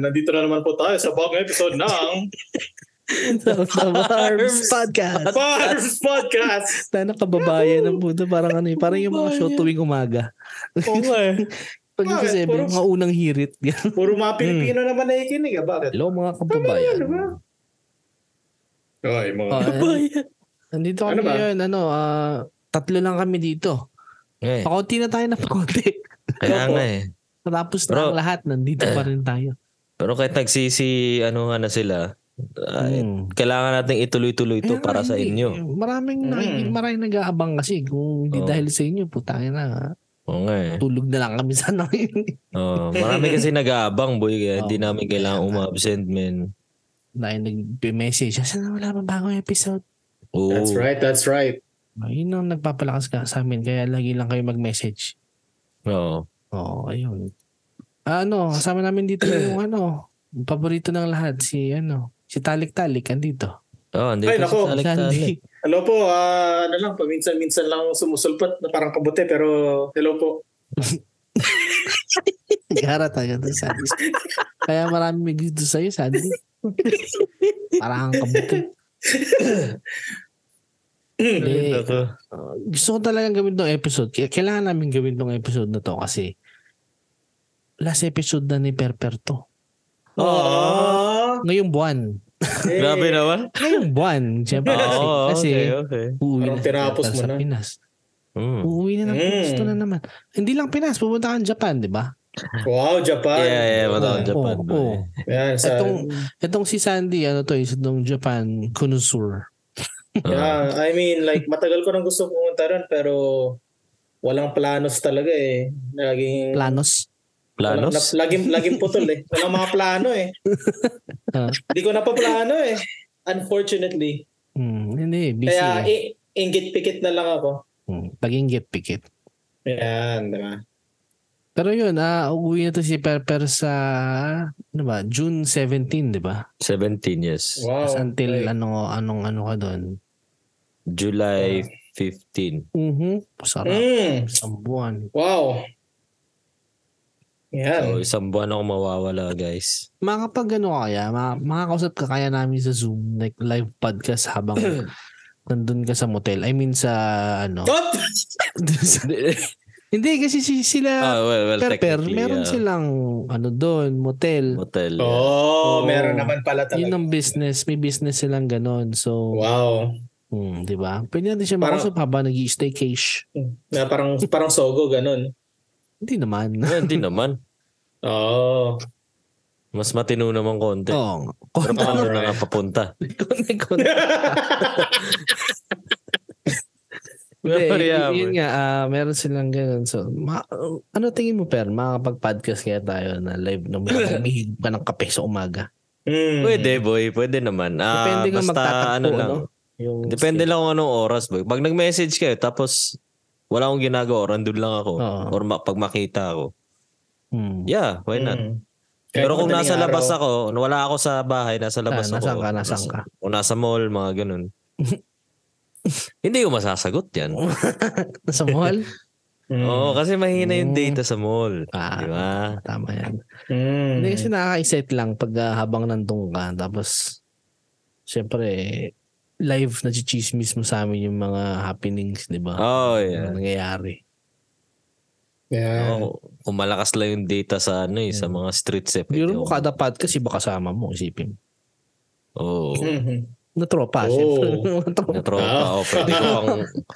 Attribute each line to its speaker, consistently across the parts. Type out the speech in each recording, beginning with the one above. Speaker 1: naman po tayo sa bagong episode ng
Speaker 2: Of the Barbs
Speaker 1: Barbs
Speaker 2: Podcast.
Speaker 1: Barbs Podcast.
Speaker 2: Na nakababayan ng puto. Parang ano yun. Parang yung mga show
Speaker 1: Kababayan.
Speaker 2: tuwing umaga.
Speaker 1: Oo nga eh.
Speaker 2: Pag
Speaker 1: Bakit?
Speaker 2: kasi
Speaker 1: Puro-
Speaker 2: mga unang hirit.
Speaker 1: Puro mga Pilipino naman nakikinig. ah. Bakit?
Speaker 2: Hello mga
Speaker 1: Ano
Speaker 2: kababayan.
Speaker 1: ba? Ay, mga...
Speaker 2: Oh, eh, nandito kami
Speaker 1: Ano ba?
Speaker 2: ngayon. Ano, ah, tatlo lang kami dito.
Speaker 3: Eh,
Speaker 2: Pakunti na tayo na pakunti.
Speaker 3: kaya
Speaker 1: Opo.
Speaker 3: nga eh.
Speaker 2: Tapos na
Speaker 3: Bro.
Speaker 2: ang lahat. Nandito pa rin tayo.
Speaker 3: Pero kahit nagsisi, ano nga na sila, ay,
Speaker 2: Mm.
Speaker 3: kailangan natin
Speaker 1: Eh,
Speaker 3: ituloy-tuloy ito
Speaker 2: Kaya
Speaker 3: para
Speaker 2: nga,
Speaker 3: sa
Speaker 2: hindi.
Speaker 3: inyo. Hmm. Oh.
Speaker 2: Maraming,
Speaker 1: Mm.
Speaker 2: nakikinig, maraming nag-aabang kasi. Kung hindi
Speaker 3: Oo.
Speaker 2: dahil sa inyo, putangin na. ah.
Speaker 3: Oo nga eh.
Speaker 2: Tulog na lang kami sana ngayon.
Speaker 3: Oo, marami kasi nag-aabang boy, kaya
Speaker 2: Oo.
Speaker 1: Oh,
Speaker 3: hindi namin kailangan umabsent, man.
Speaker 2: Dahil nag-message. Asan na wala pa bagong episode?
Speaker 3: Oo.
Speaker 1: That's right, that's right.
Speaker 2: Ayun ang nagpapalakas ka sa amin. Kaya lagi lang kayo mag-message.
Speaker 3: Oo.
Speaker 2: Oo, ayun. Ano, kasama namin dito yung ano, paborito ng lahat. Si ano, si Talik Talik, andito.
Speaker 3: Oo, hindi
Speaker 1: Ay,
Speaker 3: ko
Speaker 1: nako.
Speaker 3: sa talik-talik.
Speaker 2: Sandy.
Speaker 1: Ano po, ah, ano lang, paminsan-minsan lang sumusulpat na parang kabuti, pero hello po.
Speaker 2: Gara tayo to, Sandy. Kaya marami may gusto sa'yo, Sandy. Parang kabuto. Hindi.
Speaker 3: Nako.
Speaker 2: Uh, gusto ko talaga gawin tong episode. Kaya- Kailangan namin gawin tong episode na to kasi last episode na ni Perperto.
Speaker 1: Ah,
Speaker 2: Ngayong buwan.
Speaker 1: eh,
Speaker 3: Oh. Grabe naman.
Speaker 2: Ngayong buwan. Siyempre kasi,
Speaker 3: Oo,
Speaker 2: Ah, kasi
Speaker 3: Oh, okay, okay.
Speaker 2: uuwi na
Speaker 1: Parang
Speaker 2: si
Speaker 1: tinapos
Speaker 2: Perper
Speaker 1: mo
Speaker 2: sa
Speaker 1: na.
Speaker 2: Pinas.
Speaker 3: Mm.
Speaker 2: Uuwi na ng
Speaker 1: Mm.
Speaker 2: Pinas to na naman. Hindi lang Pinas, pupunta ka ng Japan, di ba?
Speaker 1: Wow, Japan.
Speaker 3: Yeah, yeah,
Speaker 2: wala. Oo,
Speaker 3: matawag Japan.
Speaker 2: oo.
Speaker 3: boy.
Speaker 1: Yan, sa,
Speaker 2: Itong, itong si Sandy, ano to, isa tong Japan connoisseur.
Speaker 3: Oo.
Speaker 1: yeah, I mean, like, matagal ko nang gusto pumunta ron, pero walang planos talaga eh. Laging,
Speaker 2: Planos.
Speaker 3: Planos?
Speaker 1: Walang- laging, laging putol eh. Walang mga plano eh.
Speaker 2: Ah.
Speaker 1: Hindi ko napaplano eh. Unfortunately.
Speaker 2: Hmm, hindi, busy.
Speaker 1: Kaya
Speaker 2: eh.
Speaker 1: i- ingit-pikit na lang ako.
Speaker 2: Hmm, Pag-ingit, pikit.
Speaker 1: Yan, diba?
Speaker 2: Pero yun, ah, uuwi na to si Perper sa, ano ba, June 17, di ba?
Speaker 3: 17, yes.
Speaker 1: Wow.
Speaker 2: Tapos until,
Speaker 1: Like,
Speaker 2: ano, anong, ano ka doon.
Speaker 3: July 15.
Speaker 2: Mhm, sarap.
Speaker 1: mm,
Speaker 2: Isang buwan.
Speaker 1: wow.
Speaker 3: So,
Speaker 1: Yan.
Speaker 3: isang buwan ako mawawala, guys.
Speaker 2: Makakapag ano ka kaya, ma- makakausap ka kaya namin sa Zoom, like live podcast habang nandun ka sa motel. I mean sa, ano,
Speaker 1: Tot!
Speaker 2: Hindi kasi si, sila
Speaker 3: ah, well, well,
Speaker 2: Perper,
Speaker 3: technically,
Speaker 2: meron
Speaker 3: ah,
Speaker 2: silang ano doon, motel.
Speaker 3: Motel. yeah.
Speaker 1: Oh,
Speaker 2: Oo.
Speaker 1: meron naman pala talaga.
Speaker 2: Yun ang business, may business silang ganon. So,
Speaker 1: Wow.
Speaker 2: hmm, 'di ba? Pwede natin siya
Speaker 1: Parang-
Speaker 2: makausap habang nag-i-stay cash.
Speaker 1: Na parang parang sogo ganun.
Speaker 2: Hindi naman.
Speaker 3: Ah, Hindi naman.
Speaker 1: Oo.
Speaker 3: Mas matino naman konti.
Speaker 2: Oo. Mm-hmm.
Speaker 3: Pero paano
Speaker 1: Alright.
Speaker 3: na nga papunta?
Speaker 2: Konti, konti. Hindi,
Speaker 3: Pero yeah,
Speaker 2: yun, yun nga, ah, meron silang ganun. So, ma- ano tingin mo, Per? Makakapag-podcast kaya tayo na live na may humihig pa ng kape sa umaga.
Speaker 1: Mm.
Speaker 3: Pwede boy, pwede naman. Ah,
Speaker 2: Depende kung
Speaker 3: basta
Speaker 2: magtatagpo,
Speaker 3: ano lang.
Speaker 2: no? Yung
Speaker 3: Depende lang kung anong oras boy. Pag nag-message kayo tapos wala akong ginagawa, or andun lang ako.
Speaker 2: Oo.
Speaker 3: Or ma- pag makita ako.
Speaker 2: Hmm.
Speaker 3: Yeah, why not?
Speaker 1: Mm.
Speaker 3: Pero
Speaker 1: Kahit
Speaker 3: kung
Speaker 1: madaling
Speaker 3: nasa
Speaker 1: araw.
Speaker 3: labas ako, wala ako sa bahay, nasa labas
Speaker 2: Ah,
Speaker 3: ako.
Speaker 2: nasaan ka, nasaan ka?
Speaker 3: O nasa mall, mga ganun. Hindi ko masasagot yan.
Speaker 2: Mm. Sa mall?
Speaker 1: Mm.
Speaker 3: Oo, kasi mahina yung
Speaker 2: Mm.
Speaker 3: data sa mall.
Speaker 2: Ah,
Speaker 3: Di ba?
Speaker 2: Tama yan.
Speaker 1: Mm.
Speaker 2: Hindi kasi nakaka-excite lang pag ah, habang nandun ka. Tapos, syempre, live na chichismis mo sa amin yung mga happenings, di ba?
Speaker 3: Oh,
Speaker 2: Mga
Speaker 3: yeah.
Speaker 2: nangyayari.
Speaker 1: Yeah.
Speaker 3: Oo, kung malakas lang yung data sa ano eh, sa
Speaker 2: Hmm.
Speaker 3: mga street set.
Speaker 2: Biro mo kada podcast, iba kasama mo, isipin.
Speaker 3: Oo.
Speaker 1: Mhm.
Speaker 2: Na tropa,
Speaker 1: Oh.
Speaker 2: syempre. Na tropa.
Speaker 3: Yung
Speaker 1: Ah.
Speaker 3: tropa ko, pwede ko pang,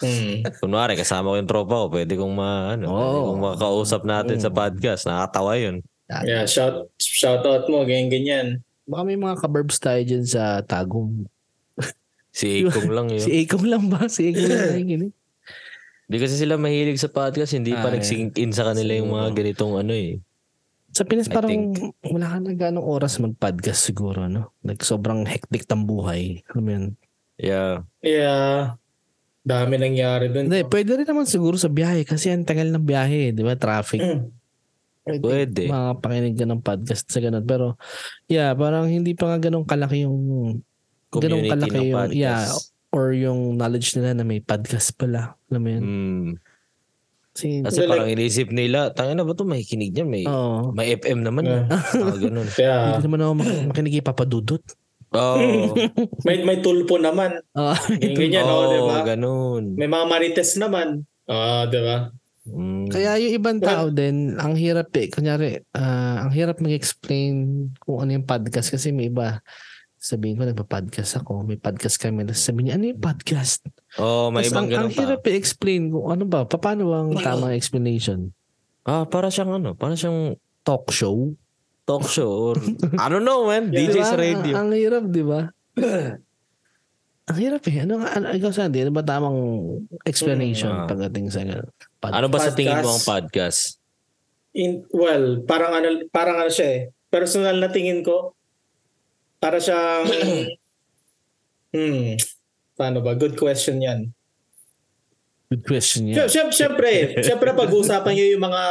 Speaker 1: Mm.
Speaker 3: kunwari, kasama ko yung tropa ko, pwede kong ma, ano, pwede
Speaker 2: Oo. Hmm.
Speaker 3: kong makakausap natin sa podcast. Nakakatawa yun.
Speaker 1: Yeah, shout shout out mo ganyan ganyan.
Speaker 2: Baka may mga kaburbs tayo dyan sa Tagum.
Speaker 3: Si Ikong lang yun.
Speaker 2: Si Akong lang ba? Si Akong lang nakikinig.
Speaker 3: Hindi kasi sila mahilig sa podcast, hindi
Speaker 2: Ah,
Speaker 3: pa
Speaker 2: yeah.
Speaker 3: nagsink in sa kanila yung mga
Speaker 2: Siguro.
Speaker 3: ganitong ano eh.
Speaker 2: Sa Pinas
Speaker 3: I
Speaker 2: parang wala ka na ganong oras mag-podcast siguro, no? Like sobrang hectic ng buhay. Alam mo yun?
Speaker 3: Yeah.
Speaker 1: Yeah. Dami nangyari dun.
Speaker 2: Hindi, pwede rin naman siguro sa biyahe kasi ang tagal ng biyahe, di ba? Traffic.
Speaker 1: Mm.
Speaker 3: Pwede.
Speaker 2: Makapakinig ka ng podcast sa ganun. Pero, yeah, parang hindi pa nga ganun kalaki yung... Ganun
Speaker 3: Community
Speaker 2: kalaki
Speaker 3: ng
Speaker 2: yung-
Speaker 3: podcast. Hmm.
Speaker 2: yeah. Or yung knowledge nila na may podcast pala. Alam mo yun?
Speaker 3: Mm.
Speaker 2: Kasi,
Speaker 3: Kasi
Speaker 1: Hindi,
Speaker 3: parang inisip nila, tangin na ba ito, makikinig niyan? May,
Speaker 2: oo.
Speaker 3: may FM naman.
Speaker 1: Yeah.
Speaker 3: Yeah. Mga ganun.
Speaker 2: Hindi
Speaker 1: Kaya
Speaker 2: naman ako mak- makinig kay Papa Dudut.
Speaker 3: Oo.
Speaker 1: may, may tulpo naman.
Speaker 2: Ah,
Speaker 1: Yung ganyan,
Speaker 3: Oo,
Speaker 1: oh, di ba?
Speaker 3: ganun.
Speaker 1: May mga marites naman. Ah, di ba?
Speaker 3: Mm.
Speaker 2: Kaya yung ibang tao din, ang hirap eh. Kunyari, ah, ang hirap mag-explain kung ano yung podcast kasi may iba. Sabihin ko, nagpa-podcast ako. May podcast kami. Tapos sabihin niya, ano yung podcast?
Speaker 3: Oo, may
Speaker 2: Tapos
Speaker 3: ibang
Speaker 2: ang,
Speaker 3: ganun
Speaker 2: ang
Speaker 3: pa.
Speaker 2: hirap i-explain kung ano ba, paano ang tamang explanation?
Speaker 3: Ah, para siyang ano, para siyang
Speaker 2: Talk show?
Speaker 3: talk show or I don't know man,
Speaker 1: Yeah.
Speaker 3: DJ's
Speaker 2: Diba?
Speaker 3: radio.
Speaker 2: Ang, ang hirap, di ba? ang hirap eh. Ano, ano, ikaw Sandy, ano ba tamang explanation
Speaker 3: Mm, ah.
Speaker 2: pagdating sa ganun?
Speaker 3: Ano ba sa
Speaker 1: Podcast.
Speaker 3: tingin mo ang podcast?
Speaker 1: In, well, parang ano, parang ano siya eh. Personal na tingin ko, para siyang, hmm, paano ba? Good question yan.
Speaker 2: Good question
Speaker 1: Yeah.
Speaker 2: yan.
Speaker 1: Siyempre, siyempre, siyempre pag-uusapan niyo yung mga,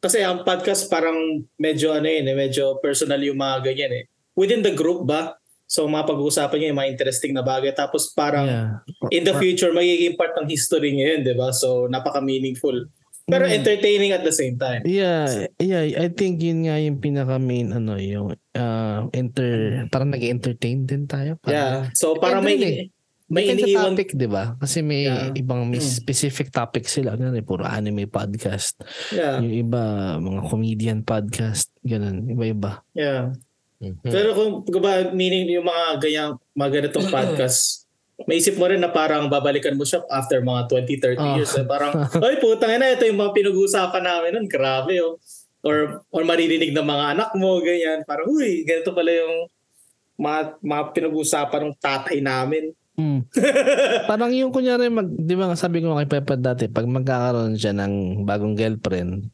Speaker 1: kasi ang podcast parang medyo ano yun eh, medyo personal yung mga ganyan eh. Within the group ba? So mga pag-uusapan niyo yung mga interesting na bagay. Tapos parang
Speaker 2: Yeah.
Speaker 1: in the future, magiging part ng history niyo yun, di ba? So napaka-meaningful. Pero
Speaker 2: Mm.
Speaker 1: entertaining at the same time.
Speaker 2: Yeah, yeah, I think yun nga yung pinaka main ano yung uh, enter parang nag-entertain din tayo. Parang,
Speaker 1: Yeah. So parang may,
Speaker 2: Ah. Depende rin eh.
Speaker 1: may
Speaker 2: Depende sa
Speaker 1: iniiwan
Speaker 2: topic, 'di ba? Kasi may
Speaker 1: Yeah.
Speaker 2: ibang may
Speaker 1: Mm.
Speaker 2: specific topic sila, ano, eh, puro anime podcast,
Speaker 1: Yeah,
Speaker 2: yung iba mga comedian podcast, ganun, iba-iba.
Speaker 1: yeah.
Speaker 3: Mhm.
Speaker 2: Hmm.
Speaker 1: Pero kung ba meaning yung mga ganyang mga ganitong podcast, maisip mo rin na parang babalikan mo siya after mga 20, 30
Speaker 2: Ah.
Speaker 1: years. Eh. Parang, ay putang ina, ito yung mga pinag-uusapan namin nun. Grabe oh. Or, or maririnig ng mga anak mo, ganyan. Parang, uy, ganito pala yung mga, mga pinag-uusapan ng tatay namin.
Speaker 2: Mm. parang yung kunyari mag, 'di ba nga sabi ko kay Pepe dati, pag magkakaroon siya ng bagong girlfriend,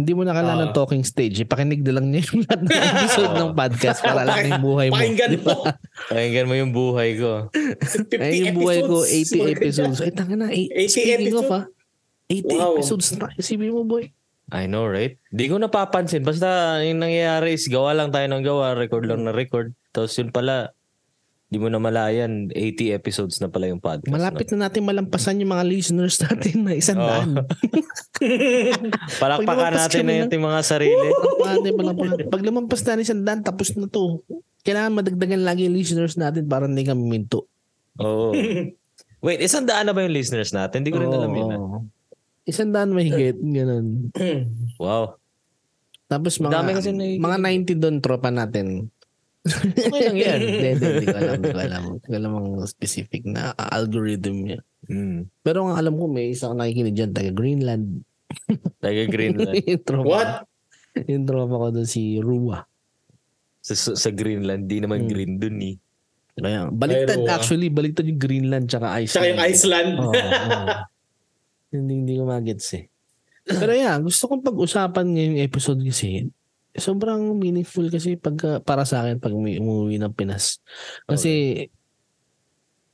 Speaker 2: hindi mo na
Speaker 1: Ah.
Speaker 2: kailangan ng talking stage. Ipakinig na lang niya yung lahat ng episode ng podcast para alam niya yung buhay mo.
Speaker 1: Pakinggan
Speaker 2: Di ba?
Speaker 1: mo.
Speaker 3: Pakinggan mo yung buhay ko.
Speaker 1: 50
Speaker 2: Ay, yung buhay ko, 80
Speaker 1: Mga
Speaker 2: episodes. Ay, tanga na.
Speaker 1: 80
Speaker 2: 80 speaking of,
Speaker 1: episodes?
Speaker 2: ha? 80
Speaker 1: Wow.
Speaker 2: episodes na. Isipin mo, boy.
Speaker 3: I know, right? Di ko napapansin. Basta yung nangyayari is gawa lang tayo ng gawa, record lang na record. Tapos yun pala, di mo na malayan, 80 episodes na pala yung podcast.
Speaker 2: Malapit na natin malampasan yung mga listeners natin na isang
Speaker 3: Oo.
Speaker 2: daan.
Speaker 3: Ano? Palakpakan
Speaker 2: Pag lumampas
Speaker 3: natin
Speaker 2: kami
Speaker 3: na
Speaker 2: ng-
Speaker 3: ating mga sarili.
Speaker 2: Palapate, palapate. Pag lumampas na ni isang daan, tapos na to. Kailangan madagdagan lagi yung listeners natin para hindi kami minto.
Speaker 3: Oo. Wait, isang daan na ba yung listeners natin? Hindi ko rin alam yun. ah.
Speaker 2: Oo. Isang daan mahigit, ganun.
Speaker 3: Wow.
Speaker 2: Tapos mga,
Speaker 3: Dami kasi nakikinig.
Speaker 2: mga 90 doon, tropa natin.
Speaker 3: Okay lang yan.
Speaker 2: Hindi, hindi, hindi ko alam. Hindi ko alam. Hindi ko alam ang specific na ah, algorithm niya.
Speaker 3: Mm.
Speaker 2: Pero ang alam ko, may isa akong nakikinig dyan, taga Greenland.
Speaker 3: Taga Greenland.
Speaker 2: yung tropa,
Speaker 1: What?
Speaker 2: Yung tropa ko doon, si Rua.
Speaker 3: sa, sa sa Greenland, di
Speaker 1: Hmm.
Speaker 3: naman
Speaker 2: Mm.
Speaker 3: green dun eh.
Speaker 2: Kaya, baliktad,
Speaker 1: Ay, Rua.
Speaker 2: actually, baliktad yung Greenland tsaka Iceland.
Speaker 1: Tsaka yung Iceland.
Speaker 2: Oo, oo. hindi, hindi ko magets eh. Pero yeah, gusto kong pag-usapan ngayong episode kasi sobrang meaningful kasi pag, para sa akin pag may umuwi ng Pinas. Kasi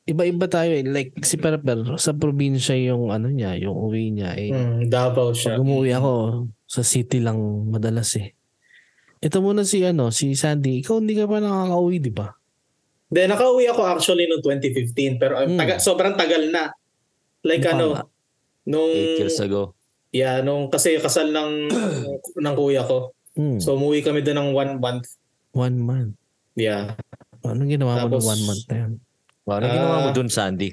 Speaker 2: iba-iba tayo eh. Like si Perper, sa probinsya yung ano niya, yung uwi niya eh.
Speaker 1: Hmm, Davao siya.
Speaker 2: Pag umuwi ako, sa city lang madalas eh. Ito muna si ano, si Sandy. Ikaw hindi ka pa nakaka-uwi, di ba?
Speaker 1: Then nakauwi ako actually noong 2015 pero um,
Speaker 2: Hmm.
Speaker 1: taga, sobrang tagal na. Like
Speaker 2: Mukha
Speaker 1: ano,
Speaker 2: nga.
Speaker 1: nung
Speaker 3: 8 years ago.
Speaker 1: yeah, nung kasi kasal ng ng kuya ko.
Speaker 2: Mm,
Speaker 1: So umuwi kami doon ng one month.
Speaker 2: one month.
Speaker 1: Yeah.
Speaker 2: Anong ginawa mo ng
Speaker 1: Tapos-
Speaker 2: one month na yun?
Speaker 3: Wow, ano ginawa mo
Speaker 1: Ah.
Speaker 3: dun, Sandy?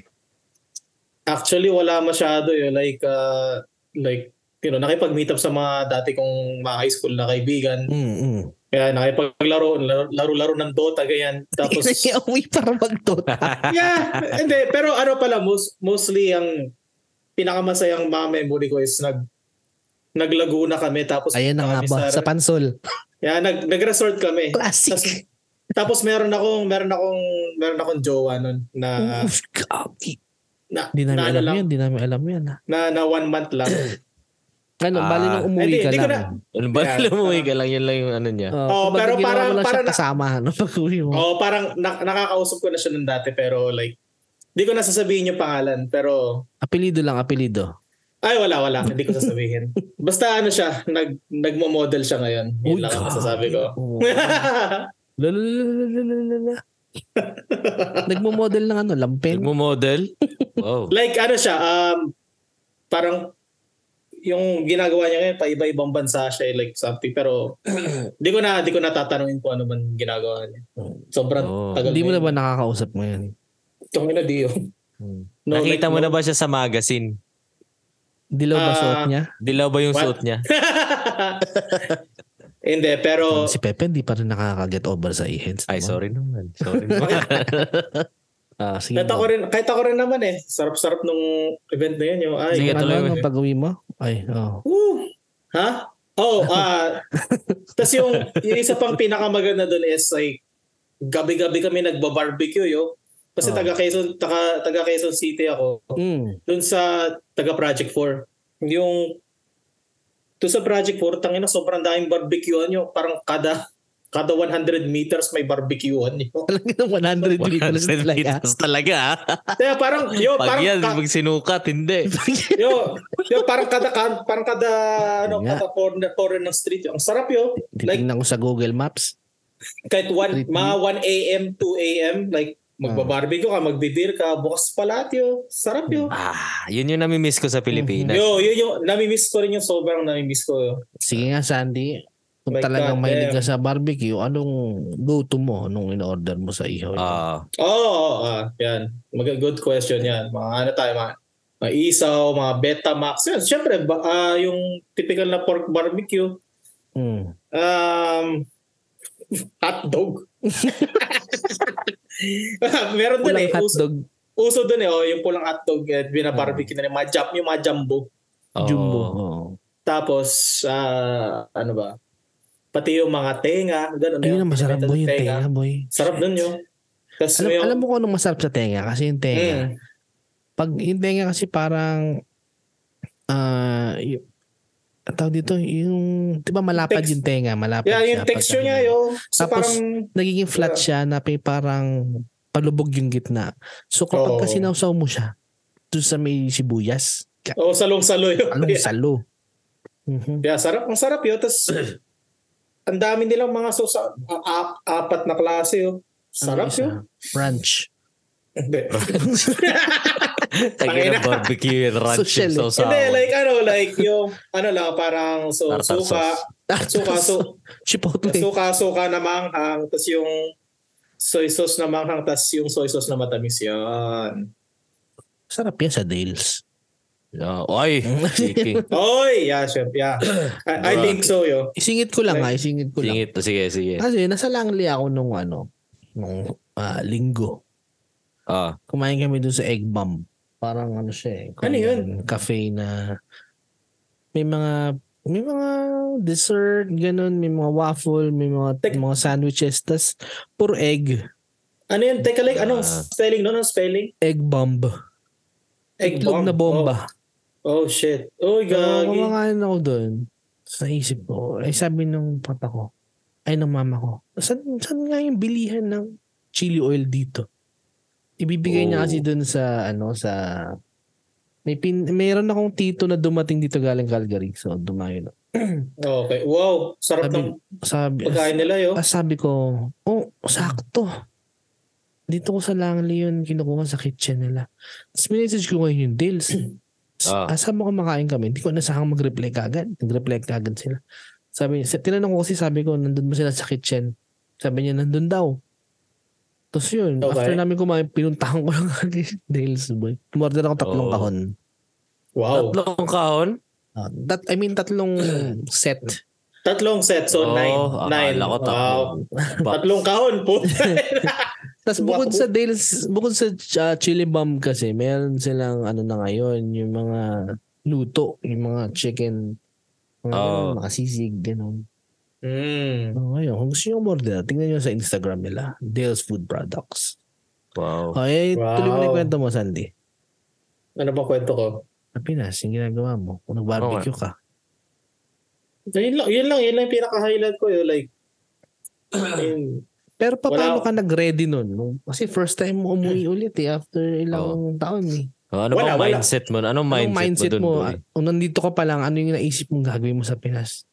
Speaker 1: Actually wala masyado yun like uh, like you know, nakipag-meet up sa mga dati kong mga high school na kaibigan.
Speaker 2: Mm, mm.
Speaker 1: Kaya nakipaglaro, laro- laro-laro ng Dota, ganyan. Tapos,
Speaker 2: Uwi para magdota.
Speaker 1: yeah, hindi. Pero ano pala, most, mostly ang pinakamasayang mga memory ko is nag, naglaguna kami. Tapos
Speaker 2: Ayan na nga
Speaker 1: kami
Speaker 2: ba, sa pansol.
Speaker 1: Yeah, nag nag-resort kami.
Speaker 2: Classic.
Speaker 1: Tapos, tapos meron akong meron akong meron akong jowa nun na
Speaker 2: Oof, kaki.
Speaker 1: ah, na,
Speaker 2: Di
Speaker 1: na, ano
Speaker 2: namin alam
Speaker 1: lang,
Speaker 2: yan, di namin alam yan. ha.
Speaker 1: na na one month lang.
Speaker 2: Ano,
Speaker 3: Ah.
Speaker 2: bali nung umuwi
Speaker 1: Hindi,
Speaker 2: ka
Speaker 1: hindi ko
Speaker 2: lang.
Speaker 1: na-
Speaker 3: Ano ba?
Speaker 1: Yeah.
Speaker 3: Lumuwi ka lang. Yan lang yung ano niya.
Speaker 2: Oh,
Speaker 1: Oo, pero
Speaker 2: ginawa
Speaker 1: parang-
Speaker 2: mo lang siya
Speaker 1: parang-
Speaker 2: kasama, ano, pag uwi mo.
Speaker 1: oh, parang na, nakakausap ko na siya nun dati pero like di ko na sasabihin yung pangalan pero
Speaker 2: Apelido lang, apelido.
Speaker 1: ay wala wala hindi ko sasabihin. Basta ano siya nag nagmo-model siya ngayon. Yun
Speaker 2: Uy,
Speaker 1: lang ang
Speaker 2: grabe.
Speaker 1: masasabi ko.
Speaker 2: Oo. Lalalalalala. Nagmo-model ng ano, lampeng.
Speaker 3: Nagmo-model? Wow.
Speaker 1: like ano siya um parang yung ginagawa niya ngayon, paiba-ibang bansa siya, eh, like something. Pero, di ko na, di ko natatanungin kung ano man ginagawa niya. Sobrang
Speaker 3: Oo.
Speaker 1: tagal.
Speaker 2: Hindi mo na ba nakakausap ngayon?
Speaker 1: Itong ina, di yun. No, like,
Speaker 3: Nakita mo
Speaker 1: no.
Speaker 3: na ba siya sa magazine?
Speaker 2: Dilaw ba
Speaker 1: Ah,
Speaker 2: suot niya?
Speaker 3: Dilaw ba yung
Speaker 1: What?
Speaker 3: suot niya?
Speaker 1: Hindi, pero
Speaker 2: si Pepe hindi pa rin nakaka-get over sa e-heads.
Speaker 3: Ay,
Speaker 2: diba?
Speaker 3: sorry naman. Sorry naman.
Speaker 2: Ah, sige.
Speaker 1: kahit ako rin, kahit ako rin naman eh. Sarap-sarap nung event na yun. Yung, ay,
Speaker 3: Sige,
Speaker 2: Sige,
Speaker 3: tuloy mo.
Speaker 2: ano, pag uwi mo? Ay, oh. oo.
Speaker 1: Woo! Ha? Oh, ah. Tapos yung, yung isa pang pinakamaganda doon is like, gabi-gabi kami nagba-barbecue, yo. Kasi
Speaker 2: Oh.
Speaker 1: taga Quezon, taga, taga Quezon City ako.
Speaker 2: Mm.
Speaker 1: Doon sa taga Project 4. Yung doon sa Project 4, tangina sobrang daming barbecuean yo. Parang kada kada 100 meters may barbecuean yo.
Speaker 2: Talagang 100 meters talaga.
Speaker 3: meters talaga. ah.
Speaker 1: Kaya parang yo,
Speaker 3: Pag
Speaker 1: parang
Speaker 3: yan,
Speaker 1: ka-
Speaker 3: pag sinukat, hindi.
Speaker 1: yo, yo, parang kada kan- parang kada ano,
Speaker 2: Nga.
Speaker 1: kada corner, corner ng street. Yo. Ang sarap yo. Like
Speaker 2: Titingnan ko sa Google Maps.
Speaker 1: kahit 1,
Speaker 2: Treat
Speaker 1: mga 1 a.m., 2 a.m., like,
Speaker 2: Ah.
Speaker 1: magbabarbecue ka, magbibir ka, bukas pa lahat yun. Sarap yun.
Speaker 3: Ah, yun yung namimiss ko sa
Speaker 2: Mm.
Speaker 3: Pilipinas.
Speaker 1: Yo, yun yung, namimiss ko rin yung sobrang namimiss ko. yun.
Speaker 2: Sige nga, Sandy. Kung
Speaker 1: My
Speaker 2: talagang
Speaker 1: God,
Speaker 2: mahilig
Speaker 1: damn.
Speaker 2: ka sa barbecue, anong go-to mo nung in-order mo sa
Speaker 1: Mm-hmm.
Speaker 2: ihaw?
Speaker 3: Ah,
Speaker 1: Oo, oh, yan. Mag- good question yan. Mga ano tayo, mga, mga isaw, mga Betamax. Yan, syempre, ba, ah, yung typical na pork barbecue.
Speaker 2: mm.
Speaker 1: Ano Um, hot dog. Meron din
Speaker 2: Pulang
Speaker 1: eh. Uso,
Speaker 2: hotdog.
Speaker 1: uso dun eh, oh, yung pulang hotdog at binabarbecue na rin. Mga jam, yung mga jumbo.
Speaker 3: oo.
Speaker 2: Jumbo. Oo.
Speaker 1: Tapos, ah, ano ba? Pati yung mga tenga, ganun.
Speaker 2: Ayun
Speaker 1: yun.
Speaker 2: ang masarap
Speaker 1: Pinapenta
Speaker 2: boy,
Speaker 1: ng
Speaker 2: yung tenga boy.
Speaker 1: Sarap nun yun. Tapos
Speaker 2: Alam,
Speaker 1: Ano yung,
Speaker 2: alam mo kung anong masarap sa tenga? Kasi yung tenga,
Speaker 1: Mm.
Speaker 2: pag yung tenga kasi parang ah y- ang tawag dito yung 'di ba malapad
Speaker 1: Text-
Speaker 2: yung tenga, malapad
Speaker 1: yeah, yung
Speaker 2: siya
Speaker 1: texture
Speaker 2: pagka-
Speaker 1: niya yun. So
Speaker 2: Tapos,
Speaker 1: parang,
Speaker 2: Nagiging flat siya na may parang palubog yung gitna. So kapag
Speaker 1: Oo.
Speaker 2: ka sinawsaw mo siya doon sa may sibuyas, ka-
Speaker 1: oh, salong-salo yun.
Speaker 2: anong salo? Mhm.
Speaker 1: Yeah, sarap. Ang sarap yun. Tapos, ang dami nilang mga sauce. a- a- apat na klase yun. Sarap
Speaker 2: Ano isa?
Speaker 1: yun.
Speaker 2: Ranch.
Speaker 1: Hindi.
Speaker 3: Tangin
Speaker 1: Tangina.
Speaker 3: na barbecue ranch Ah,
Speaker 2: Social eh.
Speaker 3: yung sausawan.
Speaker 1: Hindi, like ano, like yung, ano lang, parang so,
Speaker 3: Tartar
Speaker 1: suka,
Speaker 3: sauce.
Speaker 1: suka, su,
Speaker 2: Chipotle.
Speaker 1: suka, suka na manghang, tapos yung soy sauce na manghang, tapos yung soy sauce na matamis yan.
Speaker 2: Sarap yan sa Dales.
Speaker 3: Ah, Ay, sige.
Speaker 1: Oy, yeah, chef, yeah. I, I think so, yo.
Speaker 2: Isingit ko lang
Speaker 1: Like-
Speaker 2: ha, isingit ko lang.
Speaker 3: Sige, sige, sige.
Speaker 2: Kasi nasa Langley ako nung ano, nung ah, linggo.
Speaker 3: Ah,
Speaker 2: kumain kami doon sa egg bomb. Parang ano siya eh.
Speaker 1: Ano yun?
Speaker 2: Cafe na may mga may mga dessert, ganun, may mga waffle, may mga
Speaker 1: Tek-
Speaker 2: mga sandwiches, tas puro egg,
Speaker 1: Ano yun? Teka, like, anong
Speaker 3: Ah.
Speaker 1: spelling no? Anong spelling?
Speaker 2: egg bomb.
Speaker 1: Egg bomb.
Speaker 2: Itlog na bomba.
Speaker 1: Oh, oh shit. Oy,
Speaker 2: So,
Speaker 1: gagi.
Speaker 2: kumakain ako doon. Sa isip ko, ay sabi nung papa ko, ay nung mama ko, saan, saan nga yung bilihan ng chili oil dito? Ibibigay niya
Speaker 3: Oh.
Speaker 2: kasi doon sa, ano, sa, may pin, mayroon akong tito na dumating dito galing Calgary. So, dumayo na.
Speaker 1: Okay. Wow, sarap
Speaker 2: Sabi-
Speaker 1: ng
Speaker 2: Sabi,
Speaker 1: pagkain nila, yo.
Speaker 2: ah, sabi ko, oh, sakto. Dito ko sa Langley yun kinukuha sa kitchen nila. Tapos minessage ko ngayon yung deals.
Speaker 3: Ah.
Speaker 2: Asa mo kumakain kami? Hindi ko nasakang mag-reply kagad. Nag-reply kagad sila. Sabi niya, tinanong ko kasi sabi ko, nandun ba sila sa kitchen? Sabi niya, nandun daw. Tapos yun,
Speaker 1: Okay.
Speaker 2: after namin kumain, pinuntahan ko lang agad Dales boy. Umorder ako tatlong
Speaker 3: Oo.
Speaker 2: kahon.
Speaker 1: Wow.
Speaker 3: tatlong kahon?
Speaker 2: Ah, that, I mean, tatlong set.
Speaker 1: Tatlong set, so
Speaker 3: Oo,
Speaker 1: nine.
Speaker 3: akala
Speaker 1: Nine.
Speaker 3: ko tatlo.
Speaker 1: Wow.
Speaker 3: Ba-
Speaker 1: Tatlong kahon po.
Speaker 2: Tapos bukod
Speaker 1: Wow.
Speaker 2: sa Dales, bukod sa ah, chili bomb kasi, meron silang ano na ngayon, yung mga luto, yung mga chicken, mga,
Speaker 3: Oo.
Speaker 2: mga sisig, ganun.
Speaker 1: mm.
Speaker 2: Oh, ayun. Kung gusto nyo umorder, tingnan nyo sa Instagram nila. Dale's Food Products.
Speaker 3: Wow.
Speaker 2: Okay,
Speaker 1: Wow.
Speaker 2: tuloy mo na yung kwento mo, Sandy.
Speaker 1: Ano ba kwento ko?
Speaker 2: Sa Pinas, yung ginagawa mo. Kung nag-barbecue ka.
Speaker 1: Yun lang, yun lang, yun lang yung pinaka-highlight ko, yo. Like, yun.
Speaker 2: Pero pa,
Speaker 1: Wala-
Speaker 2: paano ka nag-ready nun? Nung- Kasi first time mo
Speaker 3: Hmm.
Speaker 2: umuwi ulit eh, after ilang taon eh.
Speaker 3: Ano
Speaker 1: Wala,
Speaker 3: bang
Speaker 1: wala.
Speaker 3: mindset mo? Anong mindset,
Speaker 2: Anong mindset
Speaker 3: mo dun,
Speaker 2: mo?
Speaker 3: boy?
Speaker 2: ah, Kung nandito ka pa lang, ano yung naisip mong gagawin mo sa Pinas?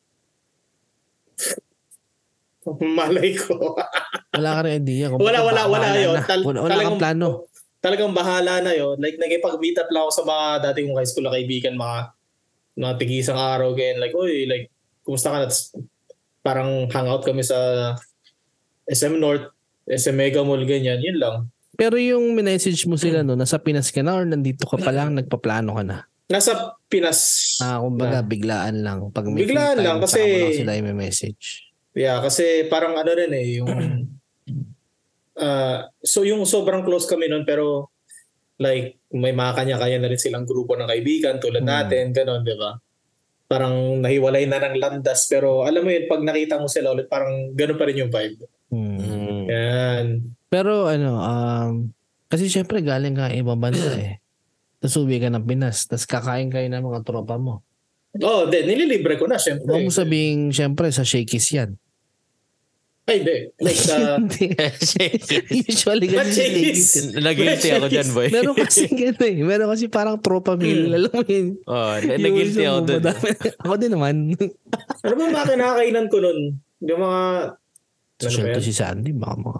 Speaker 1: malay ko.
Speaker 2: Wala ka rin idea. Kung
Speaker 1: Wala,
Speaker 2: bakit
Speaker 1: wala,
Speaker 2: ba-
Speaker 1: wala
Speaker 2: bahala
Speaker 1: yun.
Speaker 2: na.
Speaker 1: Tal-
Speaker 2: wala, wala
Speaker 1: talagang-
Speaker 2: kang plano.
Speaker 1: talagang bahala na yon Like, nagipag-meet up lang ako sa mga dati kong high school na kaibigan, mga mga tigisang araw ganyan. Like, oy, like, kumusta ka na? Tas Parang hangout kami sa SM North, SM Mega Mall, ganyan. Yun lang.
Speaker 2: Pero yung message mo
Speaker 1: Mm.
Speaker 2: sila no, nasa Pinas ka na or nandito ka pa lang, nagpaplano ka na?
Speaker 1: Nasa Pinas.
Speaker 2: Ah, kumbaga biglaan lang. Pag may
Speaker 1: Biglaan
Speaker 2: free time,
Speaker 1: lang
Speaker 2: saka
Speaker 1: kasi-
Speaker 2: mo lang sila i-message.
Speaker 1: Yeah, kasi parang ano rin eh, yung... ah, so yung sobrang close kami nun, pero like may mga kanya-kanya na rin silang grupo ng kaibigan tulad
Speaker 2: Hmm.
Speaker 1: natin, ganun, di ba? Parang nahiwalay na ng landas, pero alam mo yun, pag nakita mo sila ulit, parang ganun pa rin yung vibe.
Speaker 2: Hmm.
Speaker 3: Mm.
Speaker 1: Yan.
Speaker 2: Pero ano, um, kasi syempre galing ka ibang bansa eh. Tapos uwi ka ng Pinas, tapos kakain kayo ng mga tropa mo.
Speaker 1: Oh, de, nililibre ko na, syempre.
Speaker 2: Huwag mo sabing, syempre, sa Shakey's yan.
Speaker 1: Ay, de. Like ah, sa...
Speaker 2: Hindi. Usually
Speaker 1: Ba't
Speaker 2: kasi sa Shakey's.
Speaker 1: Shakey's?
Speaker 3: Nag-guilty ako dyan, boy.
Speaker 2: Meron kasi ganito eh. Meron kasi parang
Speaker 1: Mm.
Speaker 2: tropa meal. Alam mo yun.
Speaker 3: Oh,
Speaker 2: Yung
Speaker 3: nag-guilty
Speaker 2: isang
Speaker 3: ako dun. eh.
Speaker 2: madami- ako din naman.
Speaker 1: Ano ba mga kinakainan ko nun? Yung mga... Ano ba
Speaker 2: Social to
Speaker 1: yan?
Speaker 2: si Sandy. Baka mga...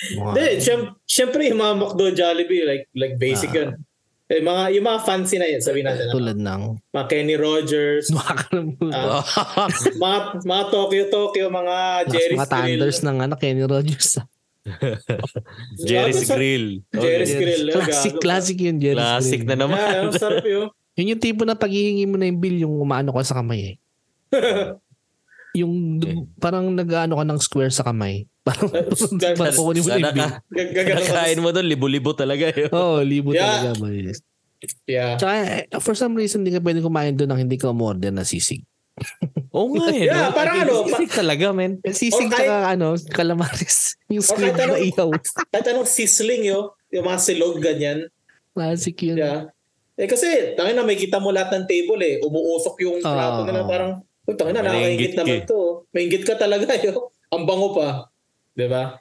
Speaker 2: mga
Speaker 1: Hindi, syem- syempre yung mga McDo Jollibee, like, like basic
Speaker 2: Ah.
Speaker 1: yun. Eh, mga, yung mga fancy na yan, sabihin natin. Ano?
Speaker 2: tulad ng...
Speaker 1: Mga Kenny Rogers,
Speaker 2: Nakakaramdam.
Speaker 1: Ah,
Speaker 3: Oh,
Speaker 1: mga, mga Tokyo Tokyo, mga
Speaker 2: Jerry's
Speaker 1: Jerry's
Speaker 2: mga Thunders ng anak Kenny Rogers.
Speaker 3: Jerry's
Speaker 1: Gago Ano sa-
Speaker 3: Grill.
Speaker 1: Jerry's
Speaker 3: Okay.
Speaker 1: Grill, ano, gago.
Speaker 2: Classic, classic yun, Jerry's
Speaker 3: Classic na
Speaker 2: Grill.
Speaker 3: naman.
Speaker 1: Yeah, ang sarap yun.
Speaker 2: Yun yung tipo na paghihingi mo na yung bill, yung umaano ka sa kamay eh. yung
Speaker 3: Okay.
Speaker 2: parang nag-ano ka ng square sa kamay. Parang parang kukunin mo na
Speaker 3: Sana
Speaker 2: yung bill.
Speaker 3: ka-
Speaker 1: Gagano
Speaker 3: Kinakain mo doon, libo-libo talaga eh. yun.
Speaker 2: Oo, oh, libo
Speaker 1: Yeah.
Speaker 2: talaga. Malinis.
Speaker 1: Yeah.
Speaker 2: Tsaka, eh, for some reason, hindi ka pwede kumain doon nang hindi ka umorder na sisig.
Speaker 3: Oo nga eh.
Speaker 1: Yeah,
Speaker 3: no?
Speaker 1: parang ano,
Speaker 3: Sisig talaga, men.
Speaker 2: Eh, Sisig
Speaker 1: kahit-
Speaker 2: tsaka ano, calamaris. Yung
Speaker 1: Or
Speaker 2: squid
Speaker 1: kahit ano-
Speaker 2: na ihaw.
Speaker 1: Kahit anong sizzling yun, yung mga silog, ganyan.
Speaker 2: Classic yun.
Speaker 1: Yeah. Eh kasi, tangin na, may kita mo lahat ng table eh. Umuusok yung plato nila.
Speaker 2: Oo.
Speaker 1: Parang, oh, tangin na, nakakaingit
Speaker 3: Malengit
Speaker 1: naman
Speaker 3: ka eh."
Speaker 1: to. oh." Maingit ka talaga yo. Ang bango pa. Di ba?